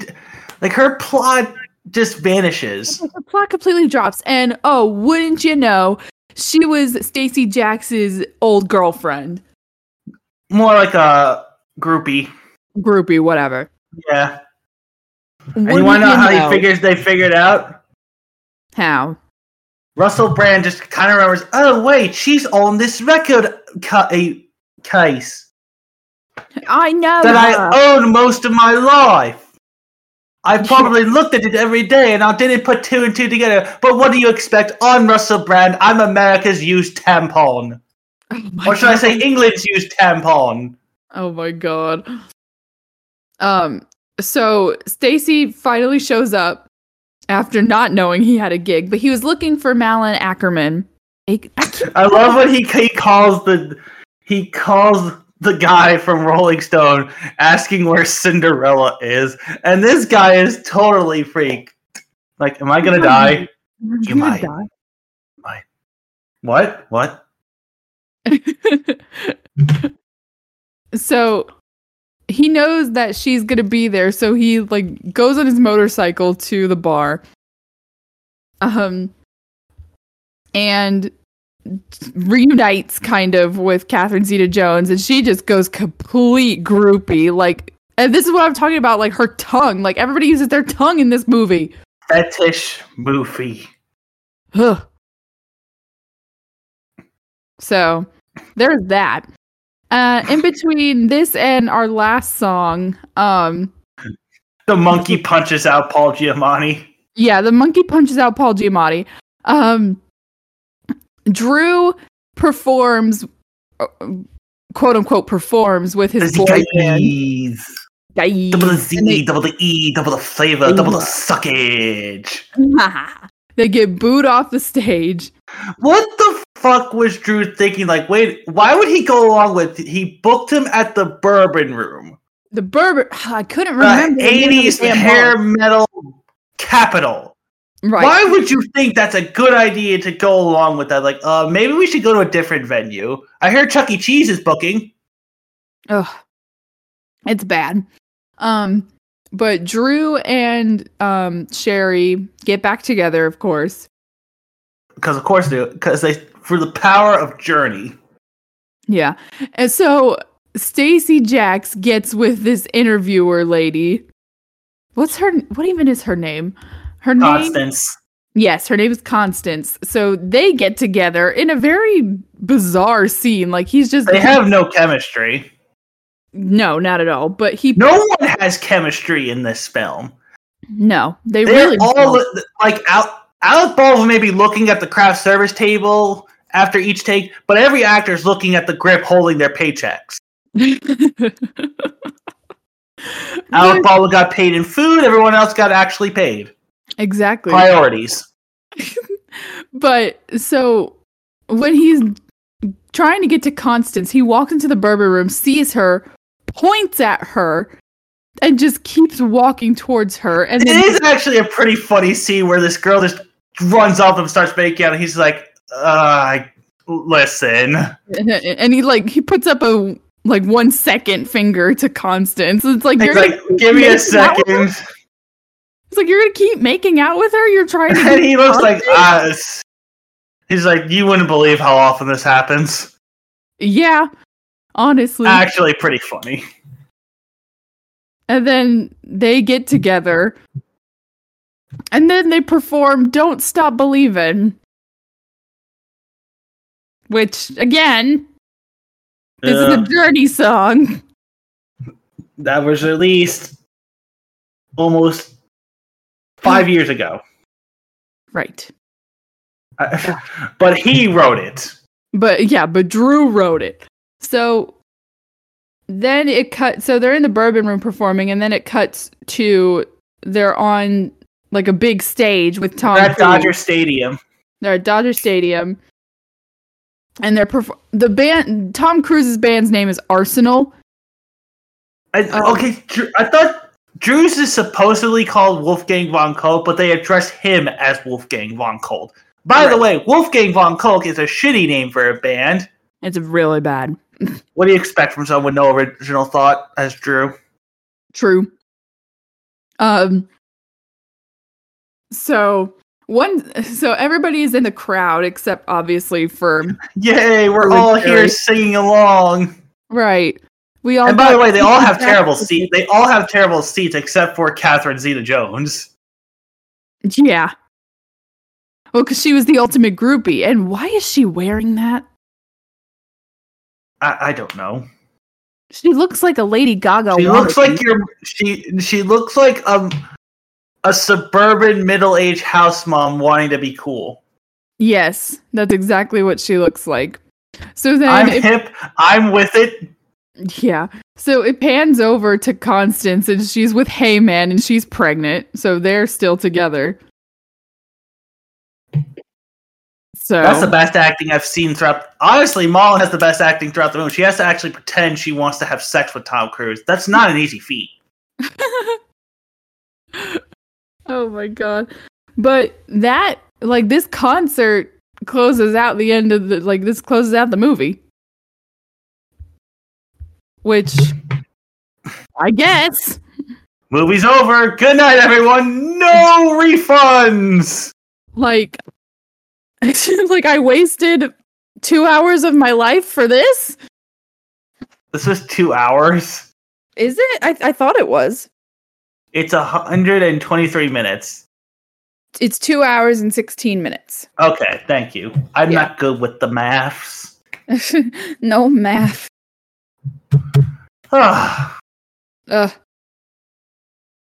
like her plot just vanishes.
The plot completely drops, and oh, wouldn't you know, she was Stacy Jacks's old girlfriend,
More like a groupie.
groupie, whatever.
Yeah. and you
Wouldn't
want to know how
know?
he figures they figured out?
How?
Russell Brand just kind of remembers. Oh wait, she's on this record ca- a case
I know.
that
her.
I Oh, owned most of my life. I probably looked at it every day, and I didn't put two and two together. But what do you expect? I'm Russell Brand. I'm America's used tampon,
Oh my
or should I
God.
say, England's used tampon.
Oh my god. Um so Stacy finally shows up after not knowing he had a gig, but he was looking for Malin Ackerman. Ac- I can't-
I love when he he calls the he calls the guy from Rolling Stone asking where Cinderella is, and this guy is totally freaked. Like, am I gonna die?
I'm
You
gonna
might. What? What?
die. so he knows that she's going to be there, so he like goes on his motorcycle to the bar. Um and reunites kind of with Catherine Zeta Jones and she just goes complete groupie. Like, and this is what I'm talking about like her tongue. Like, everybody uses their tongue in this movie.
Fetish movie.
Ugh. So, there's that. Uh, in between this and our last song, um,
The monkey punches out Paul Giamatti.
Yeah, the monkey punches out Paul Giamatti. Um, Drew performs, uh, quote unquote, performs with his boy band.
Z's.
Guys.
Double the
And
Z,
they-
double the E, double the flavor, double the suckage.
They get booed off the stage.
What the fuck was Drew thinking? Like, wait, why would he go along with? He booked him at the Bourbon Room,
The Berber, I couldn't
the
remember. the name of the
eighties
damn
hair
bar.
metal capital.
Right.
Why would you think that's a good idea to go along with that? Like, uh, maybe we should go to a different venue. I hear Chuck E. Cheese is booking.
Ugh. It's bad. Um, but Drew and um, Sherry get back together, of course.
Because of course they, because they for the power of Journey.
Yeah. And so Stacy Jacks gets with this interviewer lady. What's her what even is her name? Her name
Constance.
Yes, her name is Constance. So they get together in a very bizarre scene. Like he's just
They have no chemistry.
No, not at all. But he
No one has chemistry in this film.
No, they
They're
really
all
don't.
like Al- Alec Baldwin may be looking at the craft service table after each take, but every actor's looking at the grip holding their paychecks. Alec Baldwin got paid in food; everyone else got actually paid.
Exactly.
Priorities.
But so when he's trying to get to Constance, he walks into the Berber room, sees her, points at her, and just keeps walking towards her. And
It
then
is actually a pretty funny scene where this girl just runs up and starts making out, and he's like, uh, "Listen,
and he like he puts up a like one second finger to Constance. It's like
he's
you're
like,
gonna keep
give me a
making out with her?
second.
It's like you're gonna keep making out with her. You're trying to.
and he looks like,
Constance?
ah, it's- he's like, you wouldn't believe how often this happens.
yeah, honestly.
Actually, pretty funny.
And then they get together. And then they perform Don't Stop Believin'. Which, again, this is
Uh,
a dirty song.
that was released almost five years ago,
Right.
I- but he wrote it.
But yeah, but Drew wrote it. So then it cut. So they're in the bourbon room performing, and then it cuts to they're on like a big stage with Tom. Cruise.
At Dodger Stadium,
They're at Dodger Stadium, and they're perf- the band. Tom Cruise's band's name is Arsenal.
I,
Oh.
okay, Dr- I thought Drews is supposedly called Wolfgang von Kolk, but they address him as Wolfgang von Kolk. By the way, Wolfgang von Kolk is a shitty name for a band.
It's really bad.
What do you expect from someone with no original thought as Drew?
True. Um so one so everybody is in the crowd except obviously for
Yay, we're
Really
all here
scary.
singing along.
right. We all
And by
got-
the way, they all have terrible seats. They all have terrible seats except for Catherine Zeta Jones.
Yeah. Well, because she was the ultimate groupie. And why is she wearing that?
I, I don't know.
She looks like a Lady Gaga.
She looks
wannabe.
like your she she looks like um a suburban middle aged house mom wanting to be cool.
Yes, that's exactly what she looks like. So then,
I'm
it-
hip. I'm with it.
yeah. So it pans over to Constance, and she's with Heyman, and she's pregnant. So they're still together. So
That's the best acting I've seen throughout. Honestly, Mullen has the best acting throughout the movie. She has to actually pretend she wants to have sex with Tom Cruise. That's not an easy feat.
oh my god! But that, like, this concert closes out the end of the like this closes out the movie, which I guess.
Movie's over. Good night, everyone. No refunds.
like like i wasted two hours of my life for this
This was two hours.
is it i, I thought it was
It's a hundred and twenty-three minutes.
it's two hours and 16 minutes
Okay, thank you. I'm
Yeah.
not good with the maths.
no math
Ah,
Ugh.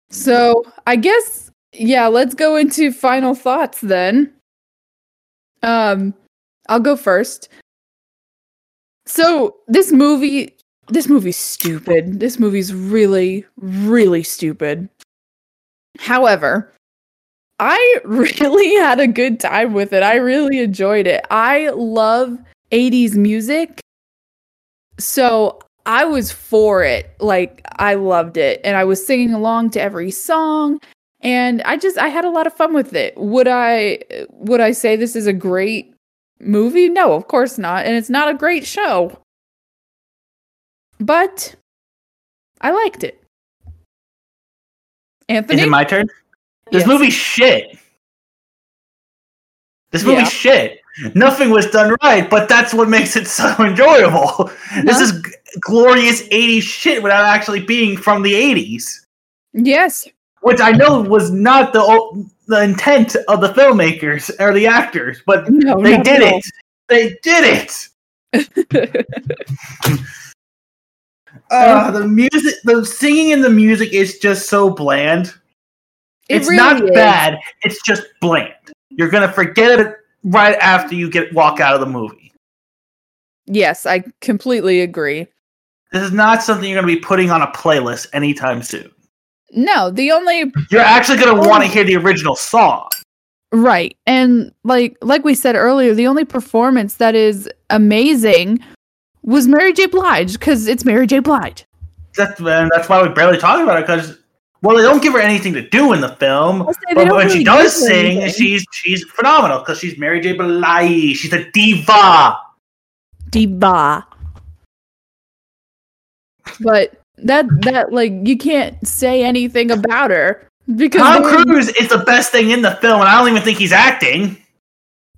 so i guess yeah let's go into final thoughts then um i'll go first so this movie this movie's stupid this movie's really really stupid however i really had a good time with it i really enjoyed it i love 80s music so i was for it like i loved it and i was singing along to every song and i just i had a lot of fun with it would i would i say this is a great movie no of course not and it's not a great show but i liked it anthony
is it my turn? This
Yes.
movie's shit. This movie's
Yeah.
shit. Nothing was done right, but that's what makes it so enjoyable. This
Huh?
is g- glorious 80s shit without actually being from the 80s,
yes
which I know was not the o- the intent of the filmmakers or the actors, but
no
they
not at
did
all.
it. They did it. Uh, the music, the singing and the music is just so bland.
It
it's not
really is.
bad. It's just bland. You're gonna forget it right after you get walk out of the movie.
Yes, I completely agree.
This is not something you're gonna be putting on a playlist anytime soon.
No, the only
You're actually gonna
Oh.
want to hear the original song.
right and like like we said earlier, the only performance that is amazing was Mary J. Blige because it's Mary J. Blige.
That's and that's why we barely talk about it because well, they don't give her anything to do in the film.
I say they
But
don't
when
really
she does
give her
sing,
anything.
she's she's phenomenal because she's Mary J. Blige. She's a diva.
diva. But that that like you can't say anything about her because
Tom
there-
Cruise is the best thing in the film, and I don't even think he's acting.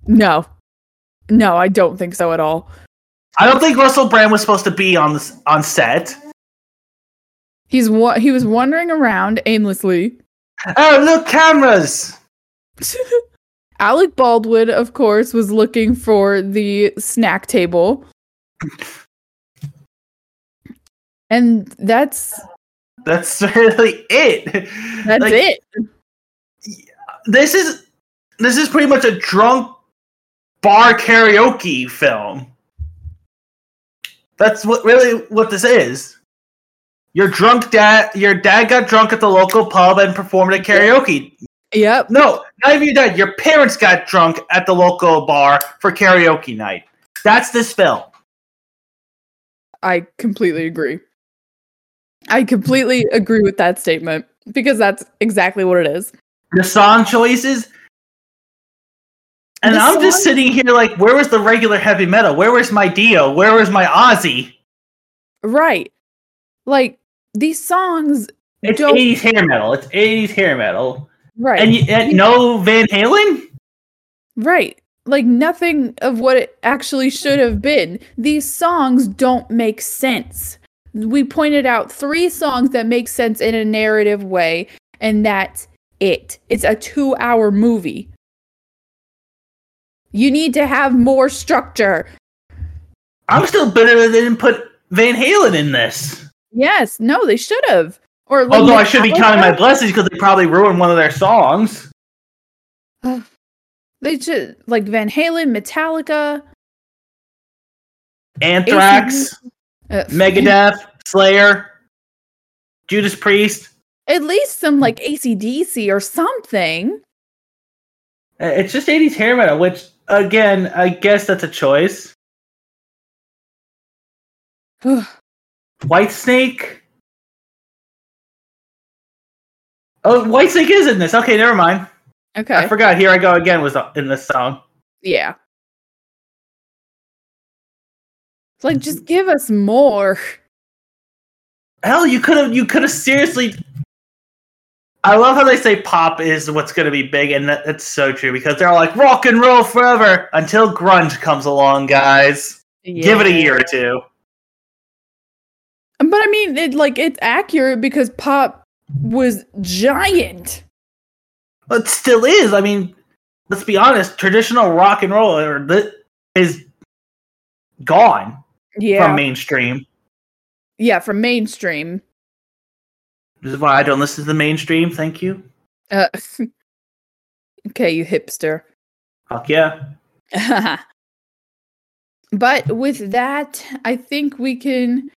no, no, I don't think so at all.
I don't think Russell Brand was supposed to be on this on set.
He's wa- he was wandering around aimlessly.
Oh, look, cameras!
Alec Baldwin, of course, was looking for the snack table. And that's
That's really it.
that's
Like,
it.
This is this is pretty much a drunk bar karaoke film. That's what really what this is. Your drunk dad, your dad got drunk at the local pub and performed at karaoke.
Yep.
No, not even your dad. Your parents got drunk at the local bar for karaoke night. That's this film.
I completely agree. I completely agree with that statement. because that's exactly what it is.
the song choices. And
The
I'm just
song-
sitting here like, where was the regular heavy metal? Where was my Dio? Where was my Ozzy?
Right. Like these songs
It's
Don't-
80s hair metal. It's 80s hair metal.
right.
And, y- and no Van Halen?
Right. Like nothing of what it actually should have been. These songs don't make sense. We pointed out three songs that make sense in a narrative way, and that's it. It's a two hour movie. You need to have more structure.
I'm still bitter that they didn't put Van Halen in this.
Yes, no, they should have. Or like,
Although I should be counting my
Metallica,
blessings because they probably ruined one of their songs.
they should like Van Halen, Metallica,
Anthrax,
uh,
Megadeth, Slayer, Judas Priest.
at least some like ACDC or something.
Uh, It's just 80s hair metal, which, again, I guess that's a choice. White Snake. Oh, White Snake is in this. Okay, never mind. I
okay.
forgot. Here I go again was in this song.
Yeah. It's Like,
Mm-hmm.
just give us more.
Hell, you could have. You could have seriously. I love how they say pop is what's going to be big, and that, that's so true because they're all like rock and roll forever until grunge comes along, guys. Give it a year or two.
But I mean, it like it's accurate because pop was giant.
But it still is. I mean, let's be honest. Traditional rock and roll or th- is gone
Yeah.
from mainstream.
yeah, from mainstream.
This is why I don't listen to the mainstream. Thank you.
Uh, okay, you hipster.
Fuck yeah.
but with that, I think we can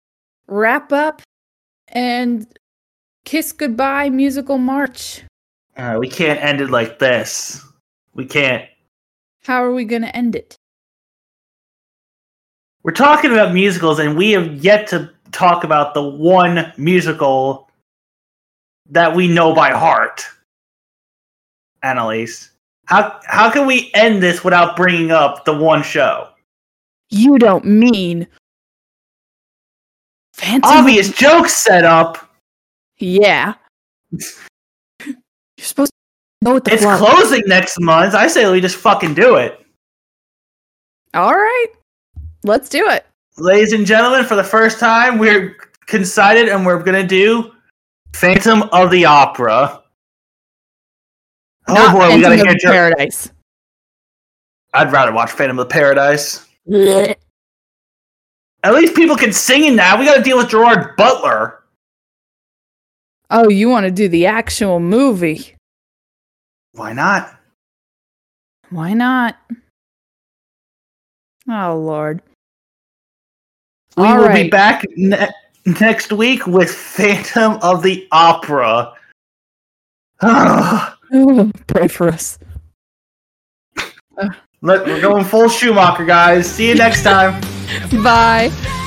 wrap up and kiss goodbye musical march.
Uh, we can't end it like this. We can't.
How are we going to end it?
We're talking about musicals, and we have yet to talk about the one musical that we know by heart. Annalise, how how can we end this without bringing up the one show?
You don't mean Phantom.
Obvious joke setup.
Yeah. You're supposed to know what the
It's
plot-
closing next month. I say we just fucking do it,
All right. Let's do it.
ladies and gentlemen. For the first time, we're considered, and we're gonna do Phantom of the Opera. Oh
Not
boy, we gotta
Phantom
hear
of
joke.
Paradise.
I'd rather watch Phantom of the Paradise. At least people can sing in that. We got to deal with Gerard Butler.
Oh, you want to do the actual movie?
Why not?
Why not? Oh, Lord.
We
All
will be
right.
back ne- next week with Phantom of the Opera. Look,
Pray for us.
we're going full Schumacher, guys. See you next time.
Bye.